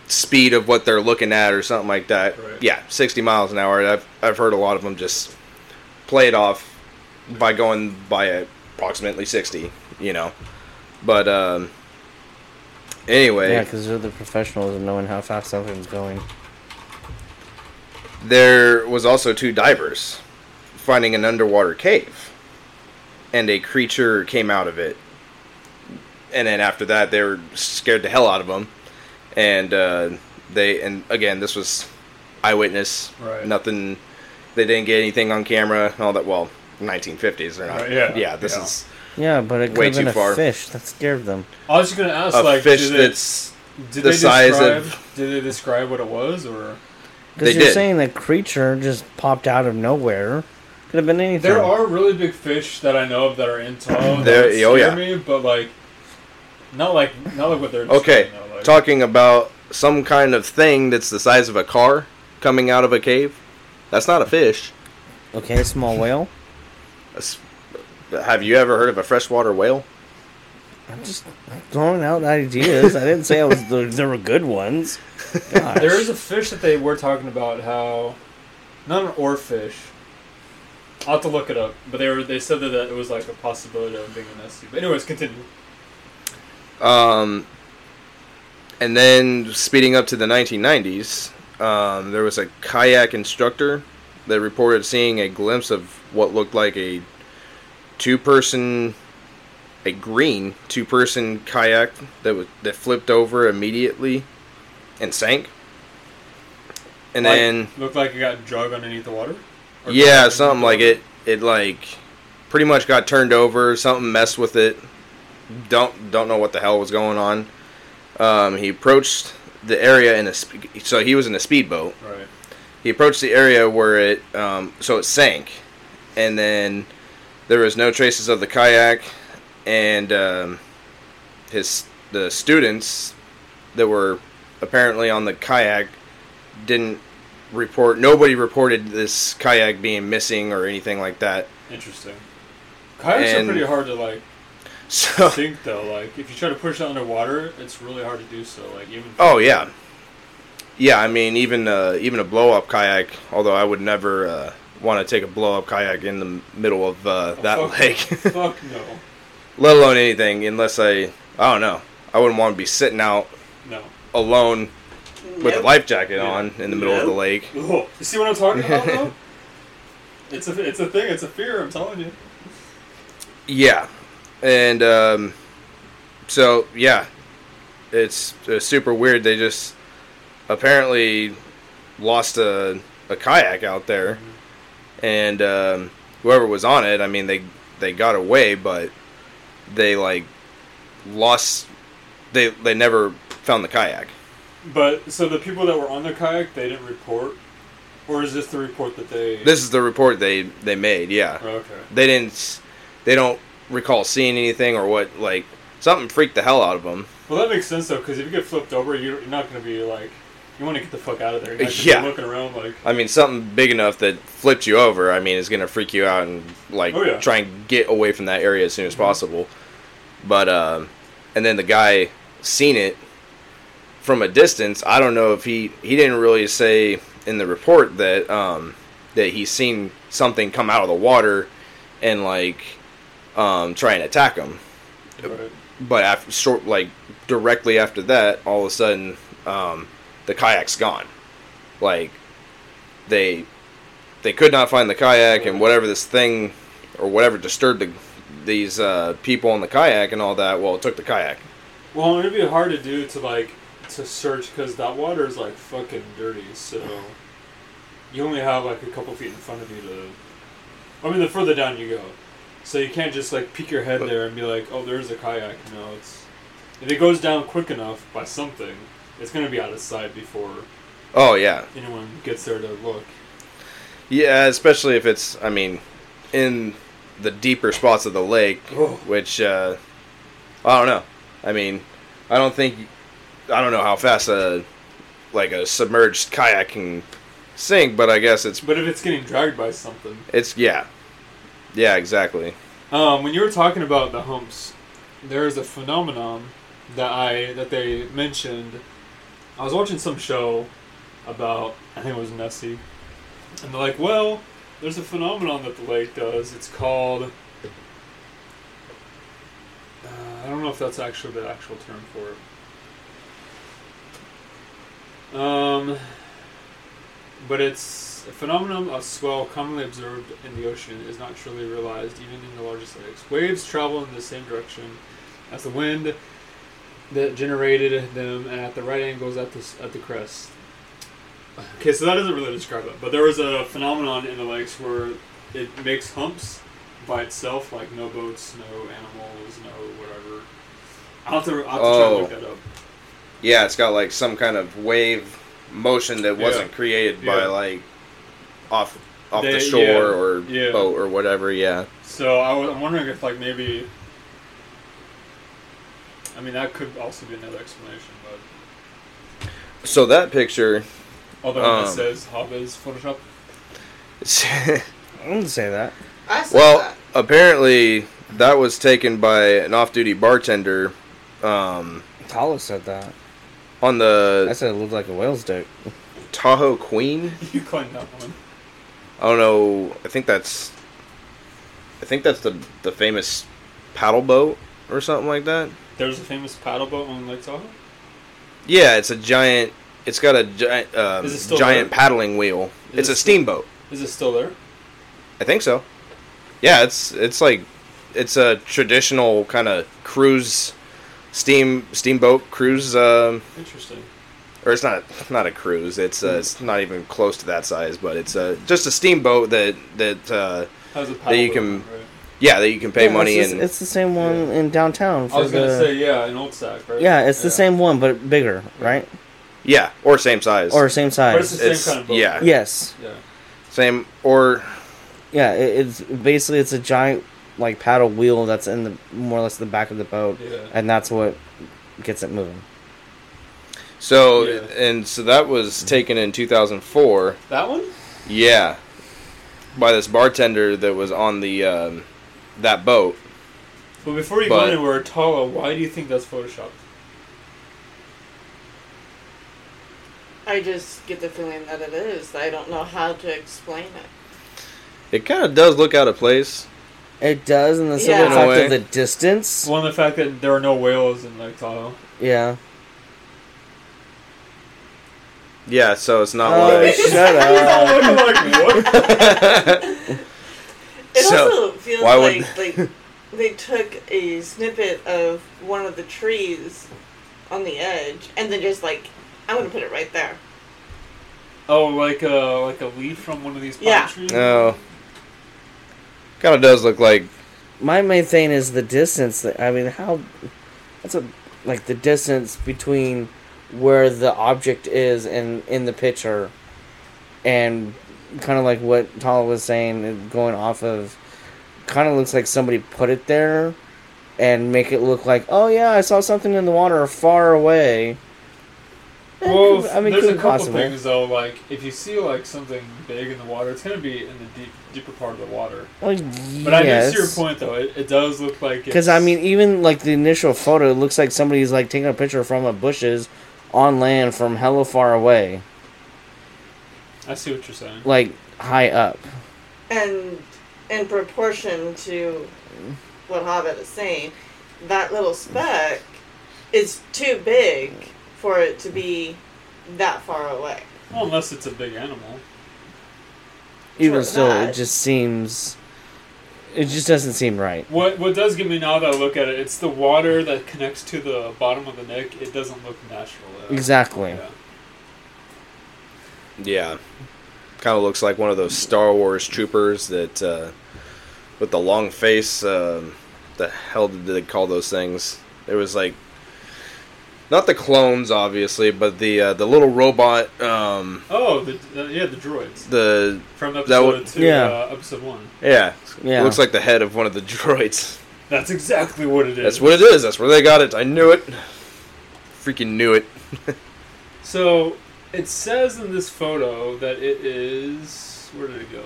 speed of what they're looking at or something like that. Right. Yeah, sixty miles an hour. I've I've heard a lot of them just play it off by going by approximately sixty. You know, but um, anyway, Yeah, because they're the professionals of knowing how fast something's going. there was also two divers finding an underwater cave, and a creature came out of it. And then after that, they were scared the hell out of them, and uh, they and again, this was eyewitness. Right. Nothing. They didn't get anything on camera. and All that. Well, 1950s. They're not. Right, yeah. This Yeah. is Yeah, but it could Way have been too a far. fish that scared them. I was just gonna ask, a like, fish did they, that's. did the they size describe, of- Did they describe what it was, or They Because you're did. saying that creature just popped out of nowhere. Could have been anything. there are really big fish that I know of that are in Tahoe There- that would oh, scare me, yeah. but like, not like not like what they're Okay, describing, though, like, talking about some kind of thing that's the size of a car coming out of a cave. That's not a fish. Okay, small whale. That's- Have you ever heard of a freshwater whale? I'm just throwing out ideas. I didn't say I was. There, there were good ones. Gosh. There is a fish that they were talking about how, not an oar fish. I'll have to look it up, but they were they said that, that it was like a possibility of being an SC. But anyways, continue. Um, and then speeding up to the 1990s, um, there was a kayak instructor that reported seeing a glimpse of what looked like a two-person, a green two-person kayak that was that flipped over immediately and sank. And Like, then looked like it got drug underneath the water. Or yeah, dragged something underneath the like water? it. It like pretty much got turned over. Something messed with it. Don't don't know what the hell was going on. Um, he approached the area in a sp- so he was in a speedboat. Right. He approached the area where it um, so it sank, and then there was no traces of the kayak, and um, his the students that were apparently on the kayak didn't report. Nobody reported this kayak being missing or anything like that. Interesting. Kayaks And- are pretty hard to like So, sink though. Like if you try to push it underwater, it's really hard to do so. Like even oh yeah, yeah. I mean, even uh, even a blow up kayak. Although I would never uh, want to take a blow up kayak in the middle of uh, Oh, that fuck, lake. fuck no, let alone anything unless I I don't know. I wouldn't want to be sitting out no. alone with a Nope. life jacket Yeah. on in the middle of the Nope. lake. Ugh. You see what I'm talking about though? It's a it's a thing. It's a fear. I'm telling you. Yeah. And um so yeah. It's, it's super weird. They just apparently lost a a kayak out there and um whoever was on it, I mean they they got away but they like lost they they never found the kayak. But so the people that were on the kayak, they didn't report, or is this the report that they? This is the report they they made, yeah. Oh, okay. they didn't s- they don't recall seeing anything or what like something freaked the hell out of them Well, that makes sense though, because if you get flipped over, you're you're not going to be like You want to get the fuck out of there. You're not just Yeah. looking around like. I mean, something big enough that flips you over. I mean, is going to freak you out and like Oh, yeah. Mm-hmm. try and get away from that area as soon as possible. But um, and then the guy seen it from a distance. I don't know if he he didn't really say in the report that um, that he seen something come out of the water and like um, try and attack him. Right. But after short like directly after that, all of a sudden um, the kayak's gone. Like they they could not find the kayak and whatever this thing or whatever disturbed the, these uh, people on the kayak and all that. Well, it took the kayak. Well, it'd be hard to do to like to search because that water is like fucking dirty. So you only have like a couple feet in front of you to. I mean, the further down you go, so you can't just like peek your head there and be like, "Oh, there's a kayak." No, it's if it goes down quick enough by something, it's gonna be out of sight before Oh yeah, anyone gets there to look. yeah. Especially if it's I mean in the deeper spots of the lake, Oh. which uh, I don't know. I mean, I don't think I don't know how fast a like a submerged kayak can sink, but I guess it's But if it's getting dragged by something, it's yeah, yeah, exactly. Um, when you were talking about the humps, there is a phenomenon that I that they mentioned. I was watching some show about I think it was Nessie, and they're like, "Well, there's a phenomenon that the lake does. It's called uh, I don't know if that's actually the actual term for it. Um, but it's a phenomenon of swell commonly observed in the ocean is not truly realized even in the largest lakes. Waves travel in the same direction as the wind that generated them and at the right angles at the, s- at the crest. Okay, so that doesn't really describe it, but there was a phenomenon in the lakes where it makes humps by itself, like no boats, no animals, no whatever. I'll have to, I'll have to try Oh. to look that up. Yeah, it's got like some kind of wave motion that wasn't Yeah. created Yeah. by like off off They- the shore yeah. or Yeah. boat or whatever. Yeah, So I was, I'm wondering if like maybe. I mean that could also be another explanation, but so that picture although one that Um, says Hobbes Photoshop. I wouldn't say that. I said Well, that. apparently that was taken by an off-duty bartender um, Tala said that. on I the said it looked like a whale's dick. Tahoe Queen. you claimed that one. I don't know. I think that's I think that's the the famous paddle boat or something like that. There's a famous paddle boat on Lake Tahoe. Yeah, it's a giant. It's got a giant um, Is it still giant there? paddling wheel. Is it's it a still- steamboat. Is it still there? I think so. Yeah, it's it's like it's a traditional kind of cruise steam steamboat cruise. Um, Interesting. or it's not not a cruise. It's Hmm. uh, it's not even close to that size, but it's uh, just a steamboat that that uh, How's a paddle That you boat can- on it, yeah that you can pay Yeah, money it's, the- and it's the same one in downtown. Right? I was gonna the- say yeah, an old sack, right? Yeah, it's the same one, but bigger, right? yeah or same size Or same But it's the size. same It's- kind of boat. yeah. right? Yes. Yeah. same or Yeah, it, it's basically it's a giant like paddle wheel that's in the more or less the back of the boat, Yeah. and that's what gets it moving. so Yeah. and so that was Hmm. taken in 2004. That one? Yeah, by this bartender that was on the um, that boat. But before you But- go anywhere, Tahoe, why do you think that's photoshopped? I just get the feeling that it is. I don't know how to explain it. It kind of does look out of place. It does, and the Yeah. simple In a fact way. of the distance. One, the fact that there are no whales in Lake Tahoe. Yeah. Yeah, so it's not Oh, like shut I'm up. looking like, what? It So, also feels why would- like like they took a snippet of one of the trees on the edge and then just like I'm gonna put it right there. Oh, like a like a leaf from one of these palm Yeah. trees. no. Kind of does look like My main thing is the distance. that- I mean, how? That's a like the distance between where the object is and in the picture, and kind of like what Tala was saying, and going off of, kind of looks like somebody put it there, and make it look like, oh yeah, I saw something in the water far away, Well, I mean, there's a couldn't couple possible. things though. Like if you see like something big in the water, it's gonna be in the deep, deeper part of the water. Well, But I do see your point though. It, it does look like Because it's- I mean, even like the initial photo, it looks like somebody's like taking a picture from the bushes on land from hella far away, I see what you're saying. like high up. And in proportion to what Hobbit is saying, that little speck is too big for it to be that far away. Well, unless it's a big animal. Even Sure, still, that. it just seems, it just doesn't seem right. What what does give me now that I look at it, it's the water that connects to the bottom of the neck. It doesn't look natural. Though. Exactly. Yeah. Yeah. Kind of looks like one of those Star Wars troopers that, uh, with the long face, um, the hell did they call those things? It was like, not the clones, obviously, but the uh, the little robot, um, Oh, the, uh, yeah, the droids the, from That would- episode two, Yeah. uh, episode one. yeah, Yeah. looks like the head of one of the droids. That's exactly what it is. That's what it is, that's where they got it. I knew it. Freaking knew it. So it says in this photo that it is. Where did it go?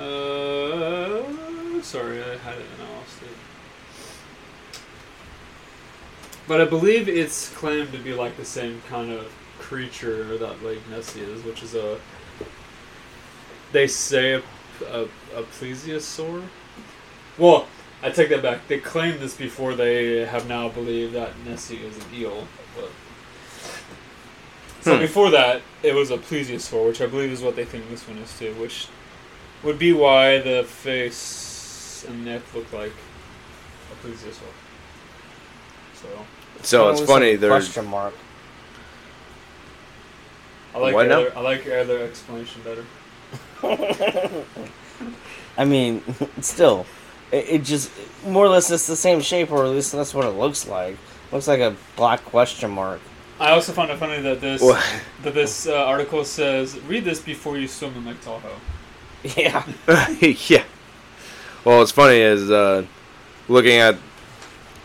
Uh, sorry, I had it and I lost it. But I believe it's claimed to be like the same kind of creature that Lake Nessie is, which is a. They say a, a, a plesiosaur? Well, I take that back. They claimed this before they have now believed that Nessie is an eel. But... So Hmm. before that, it was a plesiosaur, which I believe is what they think this one is too, which would be why the face and neck look like a plesiosaur. So So it's funny, they're, Question mark. I like Why your not? other, I like your other explanation better. I mean, still, it, it just more or less it's the same shape, or at least that's what it looks like. Looks like a black question mark. I also found it funny that this well, that this uh, article says read this before you swim in Lake Tahoe. Yeah. yeah. Well, what's funny is uh, looking at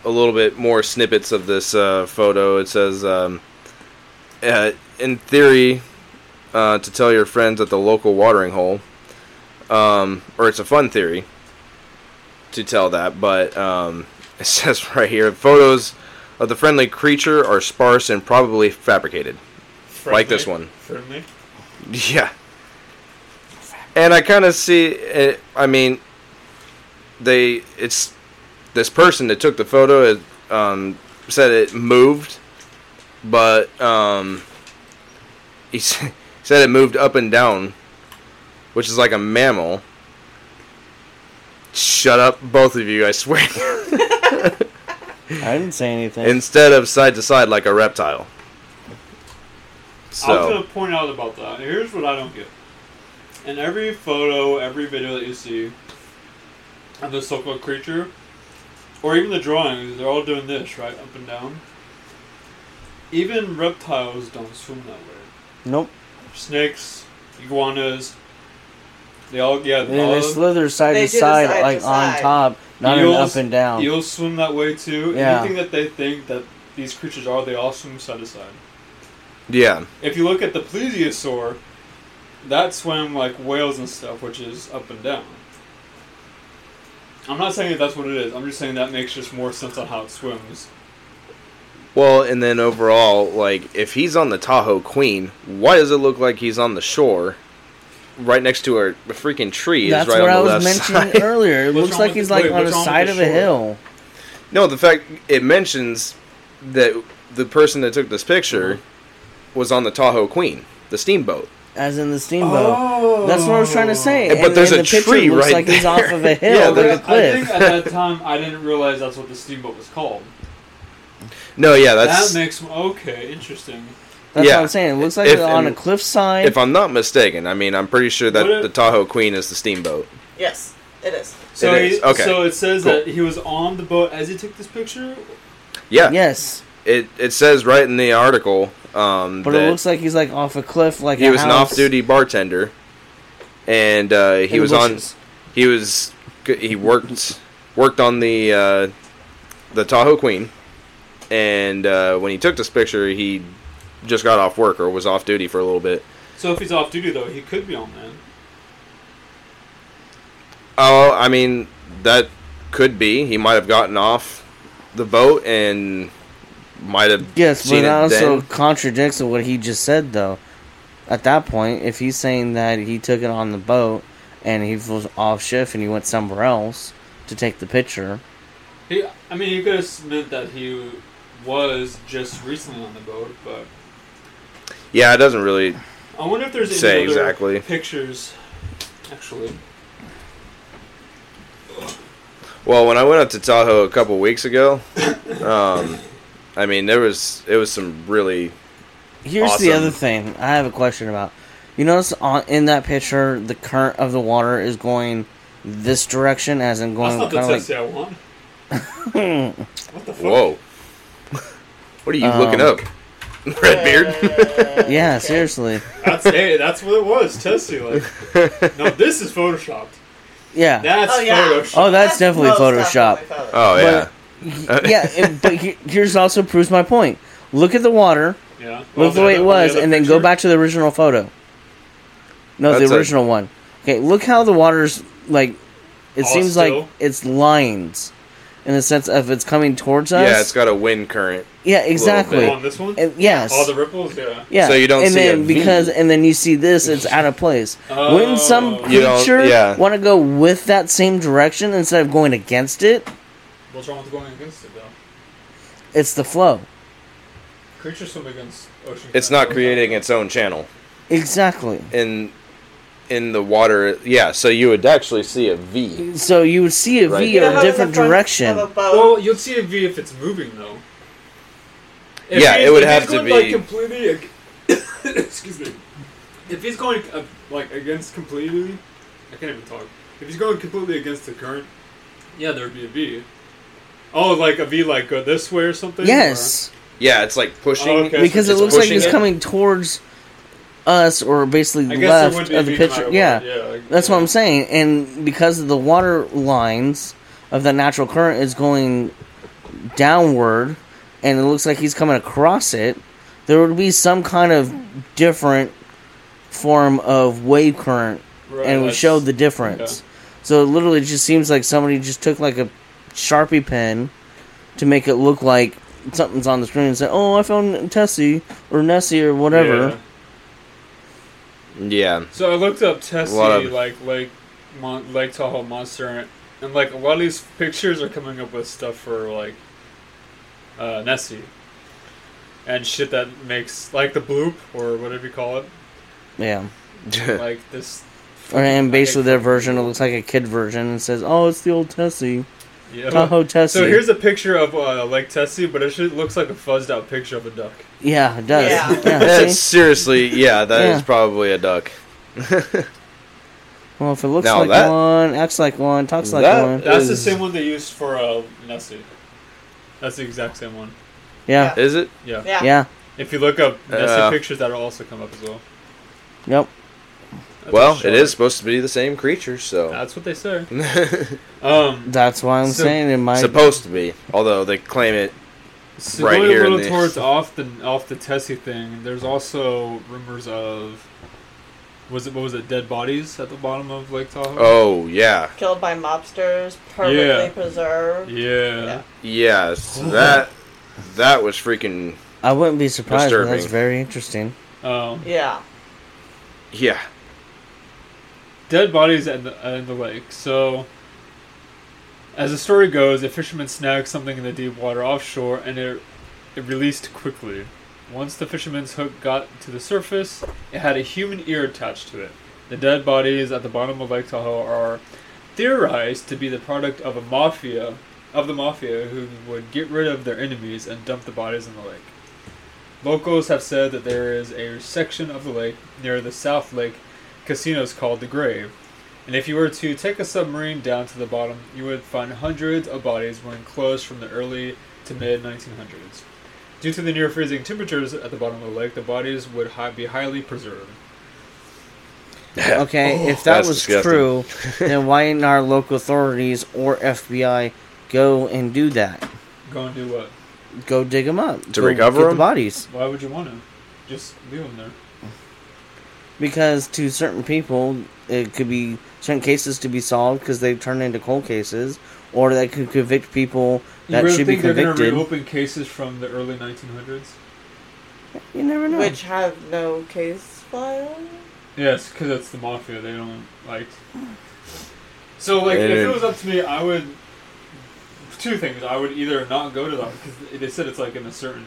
a little bit more snippets of this uh, photo. It says, um, uh, in theory, uh, to tell your friends at the local watering hole, um, or it's a fun theory to tell that, but um, it says right here photos of the friendly creature are sparse and probably fabricated. Like this one. Friendly. Yeah. And I kind of see it. I mean, they it's this person that took the photo it, um, said it moved, but um, he s- said it moved up and down, which is like a mammal. Shut up, both of you! I swear. I didn't say anything. Instead of side to side like a reptile. I was So gonna point out about that. Here's what I don't get. In every photo, every video that you see of this so-called creature, or even the drawings, they're all doing this right up and down. Even reptiles don't swim that way. nope. Snakes, iguanas, they all yeah. They, they all- slither side They to do the side, side to like on side. top, not an Eels- up and down. Eels swim that way too. Yeah. Anything that they think that these creatures are, they all swim side to side. yeah, If you look at the plesiosaur, that swam like whales and stuff, which is up and down. I'm not saying that that's what it is. I'm just saying that makes just more sense on how it swims. Well, and then overall, like if he's on the Tahoe Queen, why does it look like he's on the shore, right next to a, a freaking tree? That's is right what I on the was left mentioning side. earlier. It What's looks wrong like with he's the- like wait, on what's the wrong with side the of a shore? hill. no, the fact it mentions that the person that took this picture was on the Tahoe Queen, the steamboat. As in the steamboat. That's what I was trying to say. Oh. Yeah, but And- there's and a the picture tree looks right like he's there. off of a hill, Yeah, like there's- a cliff. I think at that time I didn't realize that's what the steamboat was called. No, yeah, that's that makes okay, interesting. That's yeah. what I'm saying. It looks like If- they're on a and- cliffside. if I'm not mistaken. I mean, I'm pretty sure that Would it- the Tahoe Queen is the steamboat. Yes, it is. So It is, he- okay, so it says cool. that he was on the boat as he took this picture. Yeah, yes. it it says right in the article um, But that it looks like he's like off a cliff, like he a was an house off-duty bartender, and uh, in he the was on. bushes. he was he worked worked on the uh, the Tahoe Queen, And uh, when he took this picture, he just got off work or was off duty for a little bit. So if he's off duty though, he could be on land. Oh, I mean, that could be. He might have gotten off the boat and might have Yes, but seen it it also then. contradicts what he just said, though. At that point, if he's saying that he took it on the boat and he was off shift and he went somewhere else to take the picture, He, I mean, he could have meant that he was just recently on the boat, but Yeah, it doesn't really. I wonder if there's any Say other exactly. pictures. Actually, Well, when I went up to Tahoe a couple weeks ago, um, I mean, there was it was some really here's the Awesome. other thing I have a question about. You notice on in that picture, the current of the water is going this direction, as in that's going not the kind of Tessie like. I want. What the fuck? whoa. what are you looking Um, up? Redbeard. Uh, Yeah, okay. seriously. That's hey, that's what it was, Tessie. Like, no, this is photoshopped. Yeah. That's Oh, yeah. photoshopped. oh, that's, definitely most Photoshop. definitely Photoshop. oh yeah. yeah, it, but he- here's also proves my point. Look at the water, Yeah. look the way it was, and then go back to the original photo. No, That's the a- original one. Okay, look how the water's like. It All seems still? like it's lines, in the sense of it's coming towards us. Yeah, it's got a wind current. yeah, bit. exactly. On this one, And- yes. all the ripples. Yeah. yeah. So you don't and see a then V. because and then you see this, it's out of place. Oh. Wouldn't some You don't- creature yeah. want to go with that same direction instead of going against it? What's wrong with going against it though? It's the flow. Creatures swim against ocean. It's not creating its own channel Exactly. in in the water. Yeah, so you would actually see a V. So you would see a V Right. You know in how a the different front direction. of a boat- Well, you'd see a V if it's moving though. Yeah, he's- it would if have he's to going, like, be- completely. ag- excuse me. If he's going uh, like against completely, I can't even talk. If he's going completely against the current, yeah, there would be a V. Oh, like a V, like go this way or something. Yes, Yeah, it's like pushing. Oh, okay. because it It's looks like pushing it's it. coming towards us, or basically Or, I guess there would left be of a the V no matter picture. what, Yeah, yeah. that's what I'm saying. And because of the water lines of the natural current is going downward, and it looks like he's coming across it, there would be some kind of different form of wave current Right, and we that's- showed the difference. So it literally just seems like somebody just took like a sharpie pen to make it look like something's on the screen and said, "Oh, I found Tessie or Nessie or whatever." Yeah. Yeah, So I looked up Tessie, A lot of- like Lake Mon- Lake Tahoe monster, and, and like a lot of these pictures are coming up with stuff for like uh, Nessie and shit that makes like the bloop or whatever you call it, Yeah. like this. Or and basically their version, it looks like a kid version, and says, "Oh, it's the old Tessie, Yeah. Tahoe Tessie." So here's a picture of uh, Lake Tessie, but it should, looks like a fuzzed out picture of a duck. yeah, it does. Yeah. Yeah, that's see? seriously. Yeah, that is Yeah. probably a duck. Well, if it looks Now like that- one, acts like one, talks like that one, That's the Is- same one they used for uh, Nessie. That's the exact same one. yeah, Is it? Yeah. Yeah. yeah, If you look up Nessie Yeah. pictures, that'll also come up as well. yep. That's Well, a shark. it is supposed to be the same creature, so That's what they say. Um, That's why I'm So- saying it might. supposed to be. Although they claim it. so Right going here a in little the- towards off the off the Tessie thing. There's also rumors of was it what was it dead bodies at the bottom of Lake Tahoe? Oh yeah, Killed by mobsters, perfectly Yeah. Oh. preserved. yeah. Yeah. yes. That that was freaking. I wouldn't be surprised. But that's Disturbing. very interesting. Um, Yeah. Yeah. dead bodies in the, in the lake. So, as the story goes, a fisherman snagged something in the deep water offshore, and it it released quickly. Once the fisherman's hook got to the surface, it had a human ear attached to it. The dead bodies at the bottom of Lake Tahoe are theorized to be the product of a mafia of the mafia who would get rid of their enemies and dump the bodies in the lake. Locals have said that there is a section of the lake near the South Lake casinos called the Grave. And if you were to take a submarine down to the bottom, you would find hundreds of bodies were enclosed from the early to mid 1900s. Due to the near freezing temperatures at the bottom of the lake, the bodies would hi- be highly preserved. Okay, if that Oh, That's was disgusting. true, then why didn't our local authorities or FBI go and do that? Go and do what? go dig them up To Go recover get the 'em? bodies Why would you want to? Just leave them there. because to certain people it could be certain cases to be solved because they've turned into cold cases or that could convict people that you really should be think they're going to convicted. reopen cases from the early 1900s? You never know. Which have no case file. Yes, because that's the mafia. They don't like. So, like, They if it didn't- was up to me, I would. Two things. I would either not go to them because they said it's like in a certain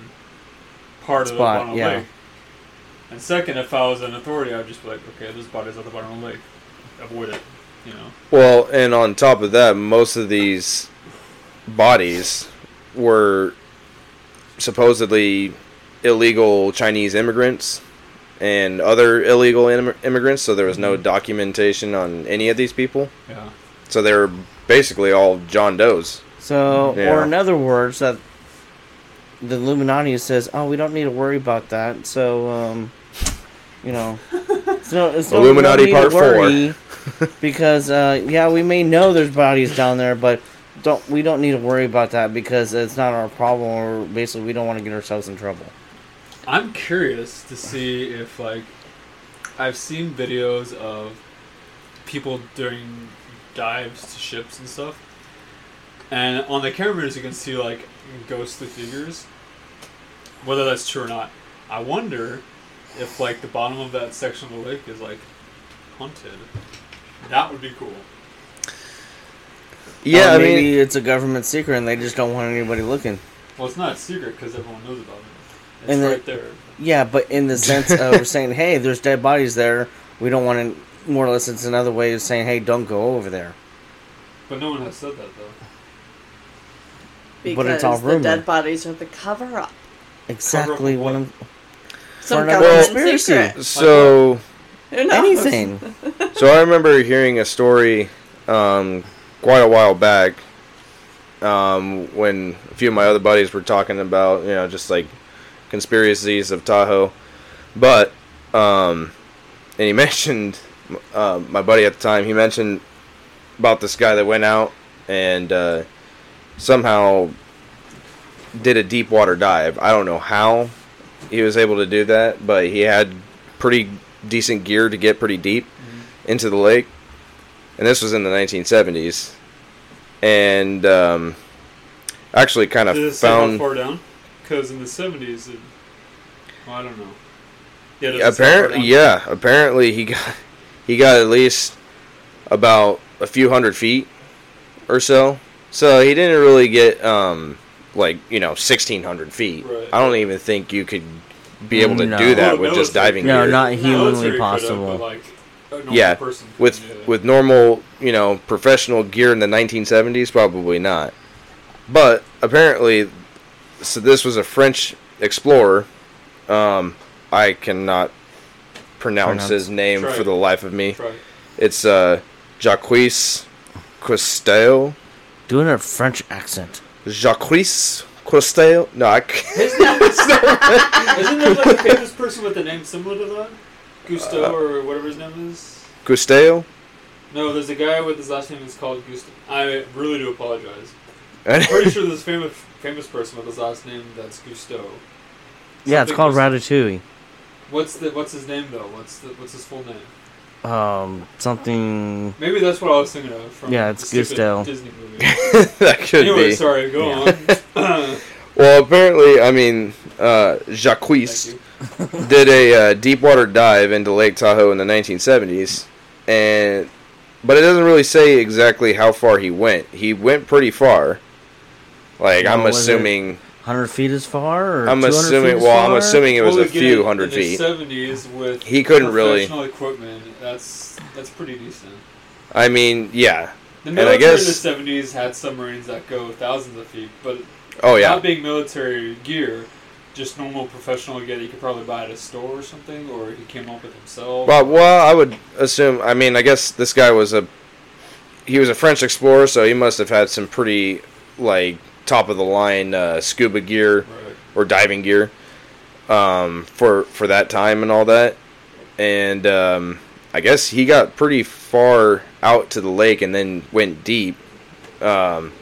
part Spot, of the Bottom yeah. Lake. And second, if I was an authority, I'd just be like, okay, this body's at the bottom of the lake. Avoid it. You know. Well, and on top of that, most of these bodies were supposedly illegal Chinese immigrants and other illegal im- immigrants, so there was no documentation on any of these people. Yeah. So they were basically all John Doe's. So, Yeah. or in other words, that the Illuminati says, "Oh, we don't need to worry about that." So, um, you know, it's no, it's no, no Illuminati need to part four. worry because uh, yeah, we may know there's bodies down there, but don't we don't need to worry about that because it's not our problem, or basically we don't want to get ourselves in trouble. I'm curious to see if like I've seen videos of people during dives to ships and stuff. And on the cameras you can see like ghostly figures. Whether that's true or not. I wonder if like the bottom of that section of the lake is like haunted. That would be cool. Yeah, Or I maybe mean, it's a government secret and they just don't want anybody looking. Well, it's not a secret because everyone knows about it. It's And the- right there. Yeah, but in the sense of we're saying, hey, there's dead bodies there. We don't want to. More or less, it's another way of saying, hey, don't go over there. But no one has said that though. Because But it's all the rumor. dead bodies are the cover up. Exactly Cover up what? what I'm. Some another government conspiracy. secret. so Who knows? Anything. so I remember hearing a story um, quite a while back um, when a few of my other buddies were talking about you know just like conspiracies of Tahoe, but um, and he mentioned uh, my buddy at the time. He mentioned about this guy that went out and uh, somehow did a deep water dive. I don't know how he was able to do that, but he had pretty decent gear to get pretty deep into the lake. And this was in the 1970s. And um, actually kind Did it of say how found far down? Because in the seventies, it, well, I don't know. Yeah, does it say how far apparently down? yeah, apparently he got he got at least about a few hundred feet or so. So he didn't really get um like, you know, 1600 feet. Right. I don't even think you could be able to No. do that Well, with just military- diving No, gear. not No, humanly military could have, possible. but, like, a normal Yeah, person could do with that. with normal you know professional gear in the 1970s probably not but apparently so this was a french explorer um i cannot pronounce, Pronounce. his name Try for it. the life of me Try it. it's uh jacques cousteau Doing a French accent. jacques cousteau no I c- His name is- Isn't there like a famous person with a name similar to that? Gusto Uh, or whatever his name is. cousteau No, there's a guy with his last name is called Gusto. I really do apologize. And- I'm pretty sure there's a famous famous person with his last name that's Gusto. yeah, it's Something called Gusto. Ratatouille. What's the What's his name though? What's the What's his full name? Um, something. Maybe that's what I was thinking of. From Yeah, it's the stupid Gusto. Disney movie. that could anyway, be sorry. Go on. well apparently i mean uh Thank jacques you. did a uh, deep water dive into Lake Tahoe in the 1970s, and but it doesn't really say exactly how far he went. He went pretty far. Like Well, I'm was it- assuming, 100 feet is far? Or I'm 200 feet assuming. is Well, I'm far? assuming it was Well, a again, few hundred in feet. The 70s with He couldn't really- professional equipment. That's that's pretty decent. I mean, yeah. The And I military guess- in the 70s had submarines that go thousands of feet, but Oh yeah. not being military gear, just normal professional gear that you could probably buy at a store or something, or he came up with himself. Well, well, I would assume. I mean, I guess this guy was a he was a French explorer, so he must have had some pretty like top of the line uh, scuba gear. Right. or diving gear um, for for that time and all that. And um, I guess he got pretty far out to the lake and then went deep. Um,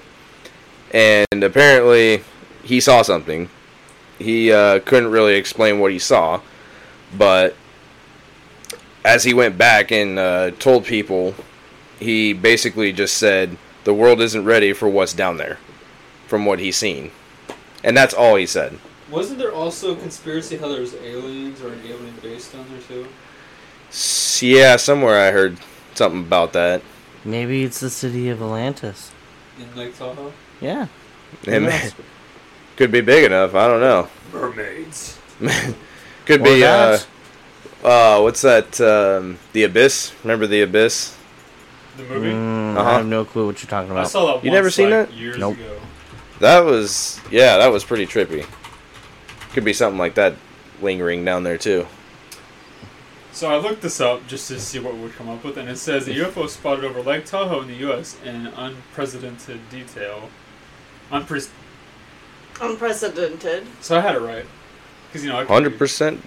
and apparently, he saw something. He uh, couldn't really explain what he saw, but as he went back and uh, told people, he basically just said the world isn't ready for what's down there, from what he's seen, and that's all he said. Wasn't there also a conspiracy how there was aliens or an alien base down there too? S- yeah, somewhere I heard something about that. Maybe it's the city of Atlantis. In Lake Tahoe? Yeah. And knows? could be big enough. I don't know. Mermaids. could Or be. Uh, that. uh, what's that? Um, the Abyss. Remember the Abyss? The movie? Mm, Uh-huh. I have no clue what you're talking I about. saw that You once, never seen like, that? years Nope. ago. That was yeah, that was pretty trippy. Could be something like that lingering down there too. So I looked this up just to see what we would come up with, and it says the UFO spotted over Lake Tahoe in the U.S. in unprecedented detail. Unpre- Unprecedented. so I had it right. Because, you know, I Hundred percent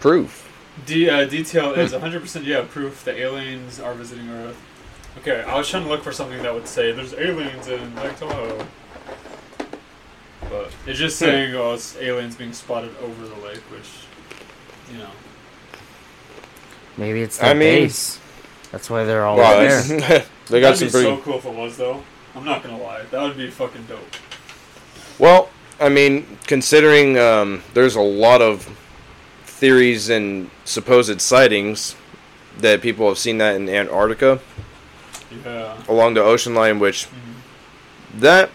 proof. De- uh, detail is 100% yeah proof that aliens are visiting Earth. Okay, I was trying to look for something that would say there's aliens in Lake Tahoe, but it's Hmm. just saying oh it's aliens being spotted over the lake, which you know Maybe it's their I mean- base. That's why they're all Wow, there. that's- they got that'd some be pretty so cool if it was though. I'm not gonna lie, that would be fucking dope. Well, I mean, considering um, there's a lot of theories and supposed sightings that people have seen that in Antarctica Yeah, along the ocean line, which Mhm. that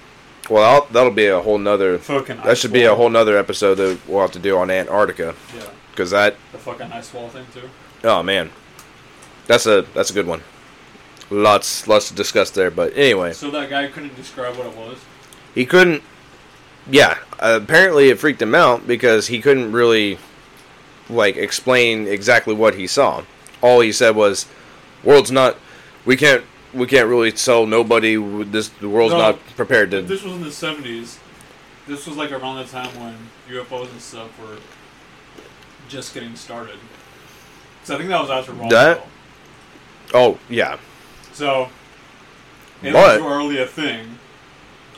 well, I'll, that'll be a whole nother. fucking. That ice should be a wall. whole nother episode that we'll have to do on Antarctica Yeah, because that the fucking ice wall thing too. Oh man, that's a that's a good one. Lots lots to discuss there, but anyway, So that guy couldn't describe what it was. he couldn't. Yeah, apparently it freaked him out because he couldn't really like explain exactly what he saw. All he said was, "World's not. We can't. We can't really tell nobody. This the world's No. not prepared If to." this was in the 70s, this was like around the time when UFOs and stuff were just getting started. So I think that was after Roswell. That- Oh yeah, So it But- was already a thing,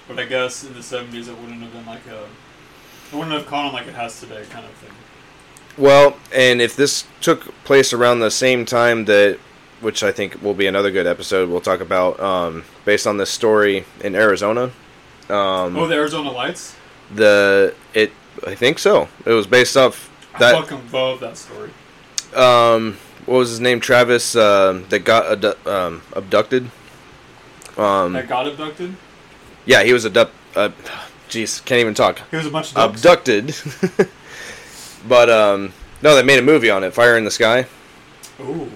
but I guess in the 70s it wouldn't have been like a. It wouldn't have caught on like it has today, kind of thing. Well, and if this took place around the same time that, which I think will be another good episode, we'll talk about um, based on this story in Arizona. Um, Oh, the Arizona Lights? the it, I think so. It was based off I that. fucking love that story. Um, what was his name? Travis um that got abdu- um, abducted. Um, That got abducted? yeah, he was abducted. Uh, jeez, can't even talk. He was a bunch of ducks. Abducted. but um, no, they made a movie on it. Fire in the Sky. Ooh.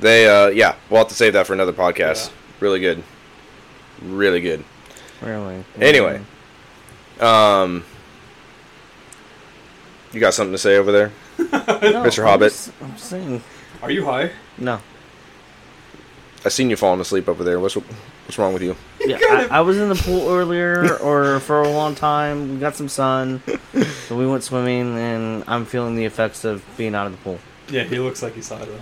They, uh, yeah, we'll have to save that for another podcast. Really good, really good. Really. Anyway. Um, you got something to say over there? No, Mr. I'm Hobbit. just- I'm saying Are you high? no. I seen you falling asleep over there. What's what's wrong with you? Yeah, I, I was in the pool earlier, or for a long time. We got some sun, so we went swimming, and I'm feeling the effects of being out of the pool. Yeah, he looks like he's high though.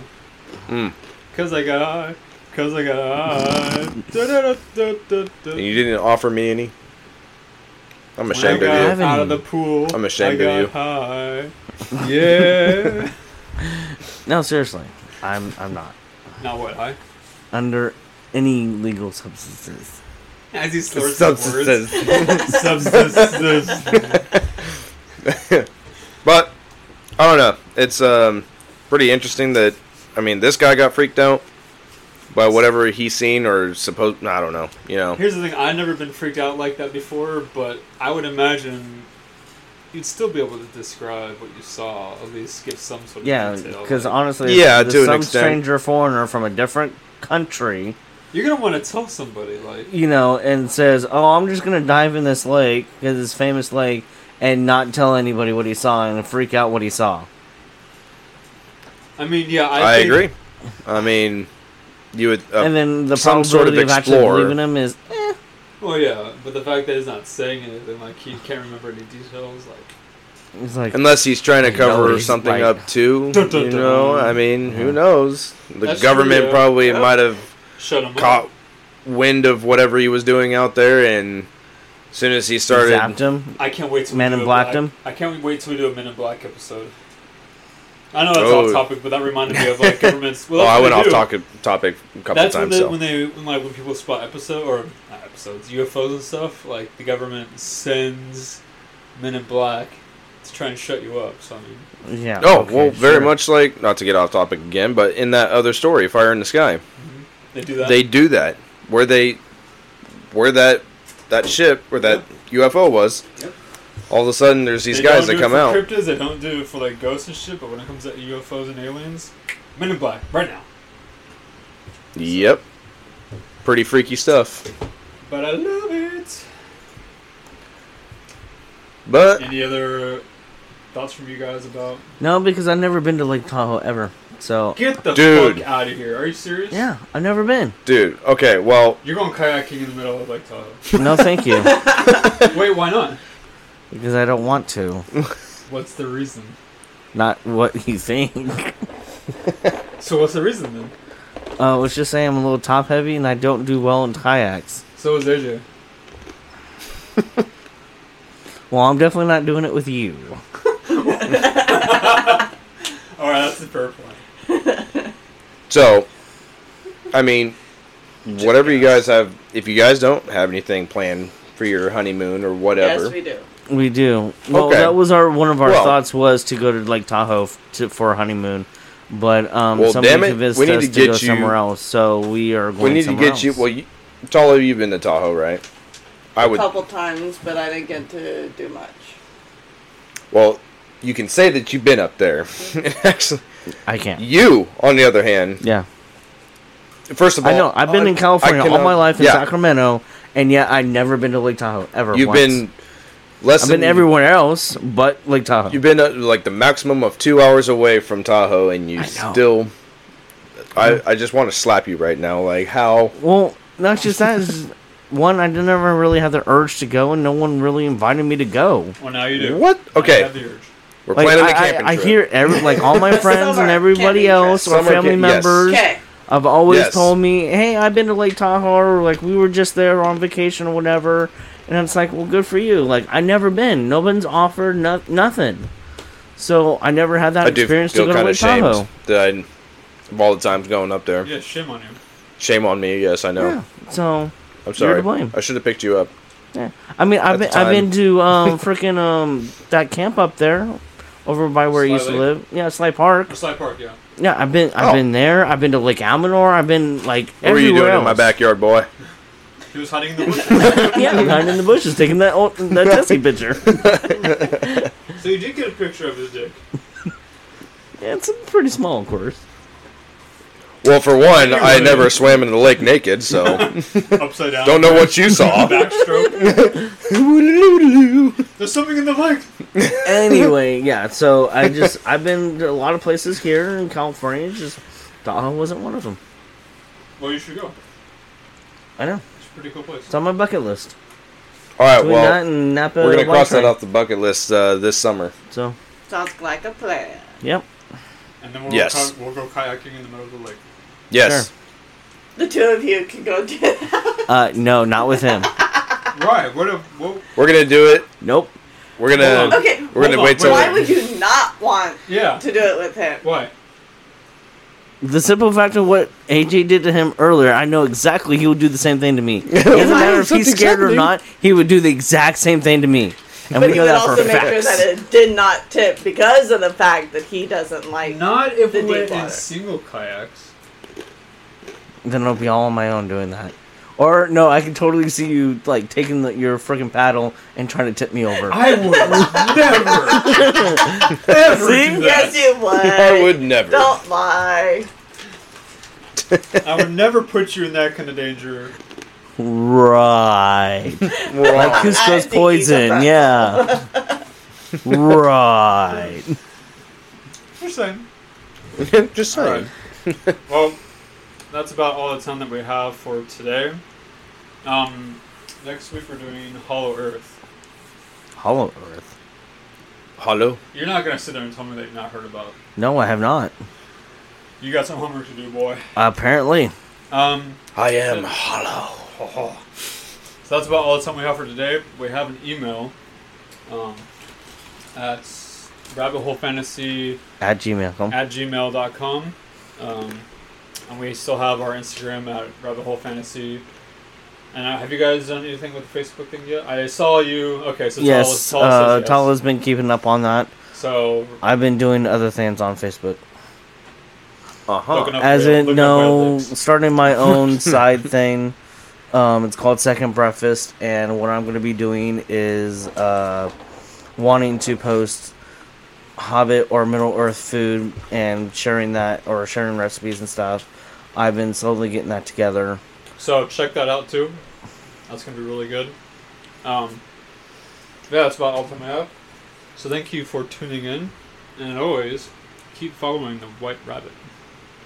Mm. Cause I got high. Cause I got high. Da, da, da, da, da, da. And you didn't offer me any. I'm When ashamed I got of you. Out of the pool. I'm ashamed I of got High. Yeah. No, seriously, I'm I'm not Not what high. under any legal substances. As he you. slurs his words. Substances. Substances. but I don't know. It's um pretty interesting that I mean this guy got freaked out by whatever he's seen or supposed. I don't know. You know. Here's the thing. I've never been freaked out like that before, but I would imagine you'd still be able to describe what you saw. At least give some sort of Yeah, detail. because Like, honestly, if Yeah, there's to an some extent. stranger foreigner from a different country, you're gonna want to tell somebody like. you know, and says, "Oh, I'm just gonna dive in this lake, because this famous lake, and not tell anybody what he saw and freak out what he saw." I mean, yeah, I, I, think- agree. I mean, you would. Uh, and then the some probability sort of of, actually explorer. believing him is eh, Well, yeah, but the fact that he's not saying anything, like he can't remember any details, like it's like Unless he's trying to No, cover he's something right. up too, Dun, dun, you dun. know. I mean, Yeah. who knows? The That's government true, yeah. probably Yeah. might have shut him up. caught wind of whatever he was doing out there and soon as he Started. started, him. I can't wait to Men do in a Black black. them? I can't wait till we do a Men in Black episode. I know that's Oh. off topic, but that reminded me of like governments. Well, oh, I that's what went they off do. topic topic a couple That's when, times. they, so when they when like when people spot episode or not episodes UFOs and stuff. Like the government sends Men in Black to try and shut you up. So I mean, Yeah. Oh okay, well, very sure. much like not to get off topic again, but in that other story, Fire in the Sky, they do that. they do that where they where that that ship where that UFO was. Yep. All of a sudden, there's these They guys don't that do it come for out. Cryptids, they don't do it for like ghosts and shit. But when it comes to UFOs and aliens, Men in Black right now. Yep, pretty freaky stuff. But I love it. But Any other thoughts from you guys about? No, because I've never been to Lake Tahoe ever. So Get the Dude. fuck out of here! Are you serious? yeah, I've never been. dude, okay, well, You're going kayaking in the middle of Lake Tahoe. No, thank you, Wait, why not? because I don't want to. What's the reason? Not what you think. So what's the reason then? Uh, I was just saying I'm a little top heavy and I don't do well in kayaks. So is AJ. Well, I'm definitely not doing it with you. All right, that's the fair point. so I mean, whatever you guys have, if you guys don't have anything planned for your honeymoon or whatever, Yes, we do. We do. Well, Okay. that was our one of our Well- thoughts was to go to Lake Tahoe f- to, for a honeymoon, but um, Well, somebody damn it, convinced we need us to to, get go you- somewhere else, so we are going. we need to somewhere get you. else. Well, you, it's all of you've been to Tahoe, right? I A would couple times, but I didn't get to do much. Well, you can say that you've been up there. Actually, I can't. you, on the other hand, yeah, first of all, I know. I've been in California all cannot- my life in uh, yeah. Sacramento, and yet I've never been to Lake Tahoe ever. You've once. been less. I've been than- everywhere else, but Lake Tahoe. You've been uh, like the maximum of two hours away from Tahoe, and you I know. Mm-hmm. still. I, I just want to slap you right now. Like how? Well, not just that. it's just- one, I didn't ever really have the urge to go, and no one really invited me to go. Well, now you do. What? Now you Okay. have the urge. We're Like planning a I, camping I, I trip. hear every like all my friends and Summer everybody camping else trip. or Summer family camp- yes. members Okay. have always Yes. told me, "Hey, I've been to Lake Tahoe, or like we were just there on vacation or whatever." And it's like, well, good for you. Like I never been. No one's offered no- nothing, so I never had that I do experience to feel go to kind Lake of shamed Tahoe. that I, of all the times going up there. Yeah, shame on you. Shame on me. Yes, I know. Yeah. So I'm sorry. to blame. I should have picked you up. yeah, I mean, I've At the been, I've time. been to um freaking um that camp up there, over by where I used to Sly Lake. live. Yeah, Sly Park. Or Slide Park, yeah. Yeah, I've been I've Oh. been there. I've been to Lake Almanor. I've been like What were everywhere you doing else. in my backyard, boy? He was hiding in the woods. Yeah, I'm hiding in the bushes taking that old, that Tessie picture. so you did get a picture of his dick. Yeah, it's pretty small, of course. Well, for one, You I really- never swam in the lake naked, so Upside down. don't know what you saw. Backstroke. Woo-loo-loo-loo. There's something in the lake. Anyway, yeah. So I just I've been to a lot of places here in California. Just Tahoe wasn't one of them. Well, you should go. I know It's a pretty cool place. it's on my bucket list. All Uh, right, Between that well, and Napa, we're gonna Wine cross that Train. off the bucket list uh, this summer. So Sounds like a plan. yep, And then we'll, Yes. go, we'll go kayaking in the middle of the lake. Yes, The two of you can go do that. uh, no, not with him. Right. What if. What, we're gonna do it. Nope. We're gonna Okay. we're gonna Hold on, wait till Why would you not want yeah. to do it with him? Why? The simple fact of what AJ did to him earlier, I know exactly he would do the same thing to me. It doesn't matter if he's Something's scared or happening. not, he would do the exact same thing to me. And But we he know would that for also a make fact. sure that it did not tip because of the fact that he doesn't like. Not if The we went deep in water. single kayaks. Then it'll be all on my own doing that. Or no, I can totally see you like taking the, your freaking paddle and trying to tip me over. I would never. ever See? do that. Yes, you would. I would never. Don't lie. I would never put you in that kind of danger. right. Wow. I think Cusco's he's poison. a- Yeah. right. Just saying. Just All saying. right. well, that's about all the time that we have for today. Um, next week we're doing Hollow Earth. Hollow Earth. Hello. You're not gonna sit there and tell me that you've not heard about. it. No, I have not. You got some homework to do, boy. Apparently. Um, I am hollow. oh, So that's about all the time we have for today. We have an email um, at rabbitholefantasy At gmail.com. at gmail.com. Um, and we still have our Instagram at rabbitholefantasy. And uh, have you guys done anything with the Facebook thing yet? I saw you. Okay, so yes, Tala, Tala uh, says yes. Tala's been keeping up on that. So I've been doing other things on Facebook. Uh Looking huh. up Oh, As whale- in, looking up whale no, dicks. starting my own side thing. Um, it's called Second Breakfast, and what I'm going to be doing is uh, wanting to post Hobbit or Middle Earth food and sharing that or sharing recipes and stuff. I've been slowly getting that together. So check that out too. That's gonna be really good. Um, yeah, that's about all the time I have. So thank you for tuning in, and always keep following the White Rabbit.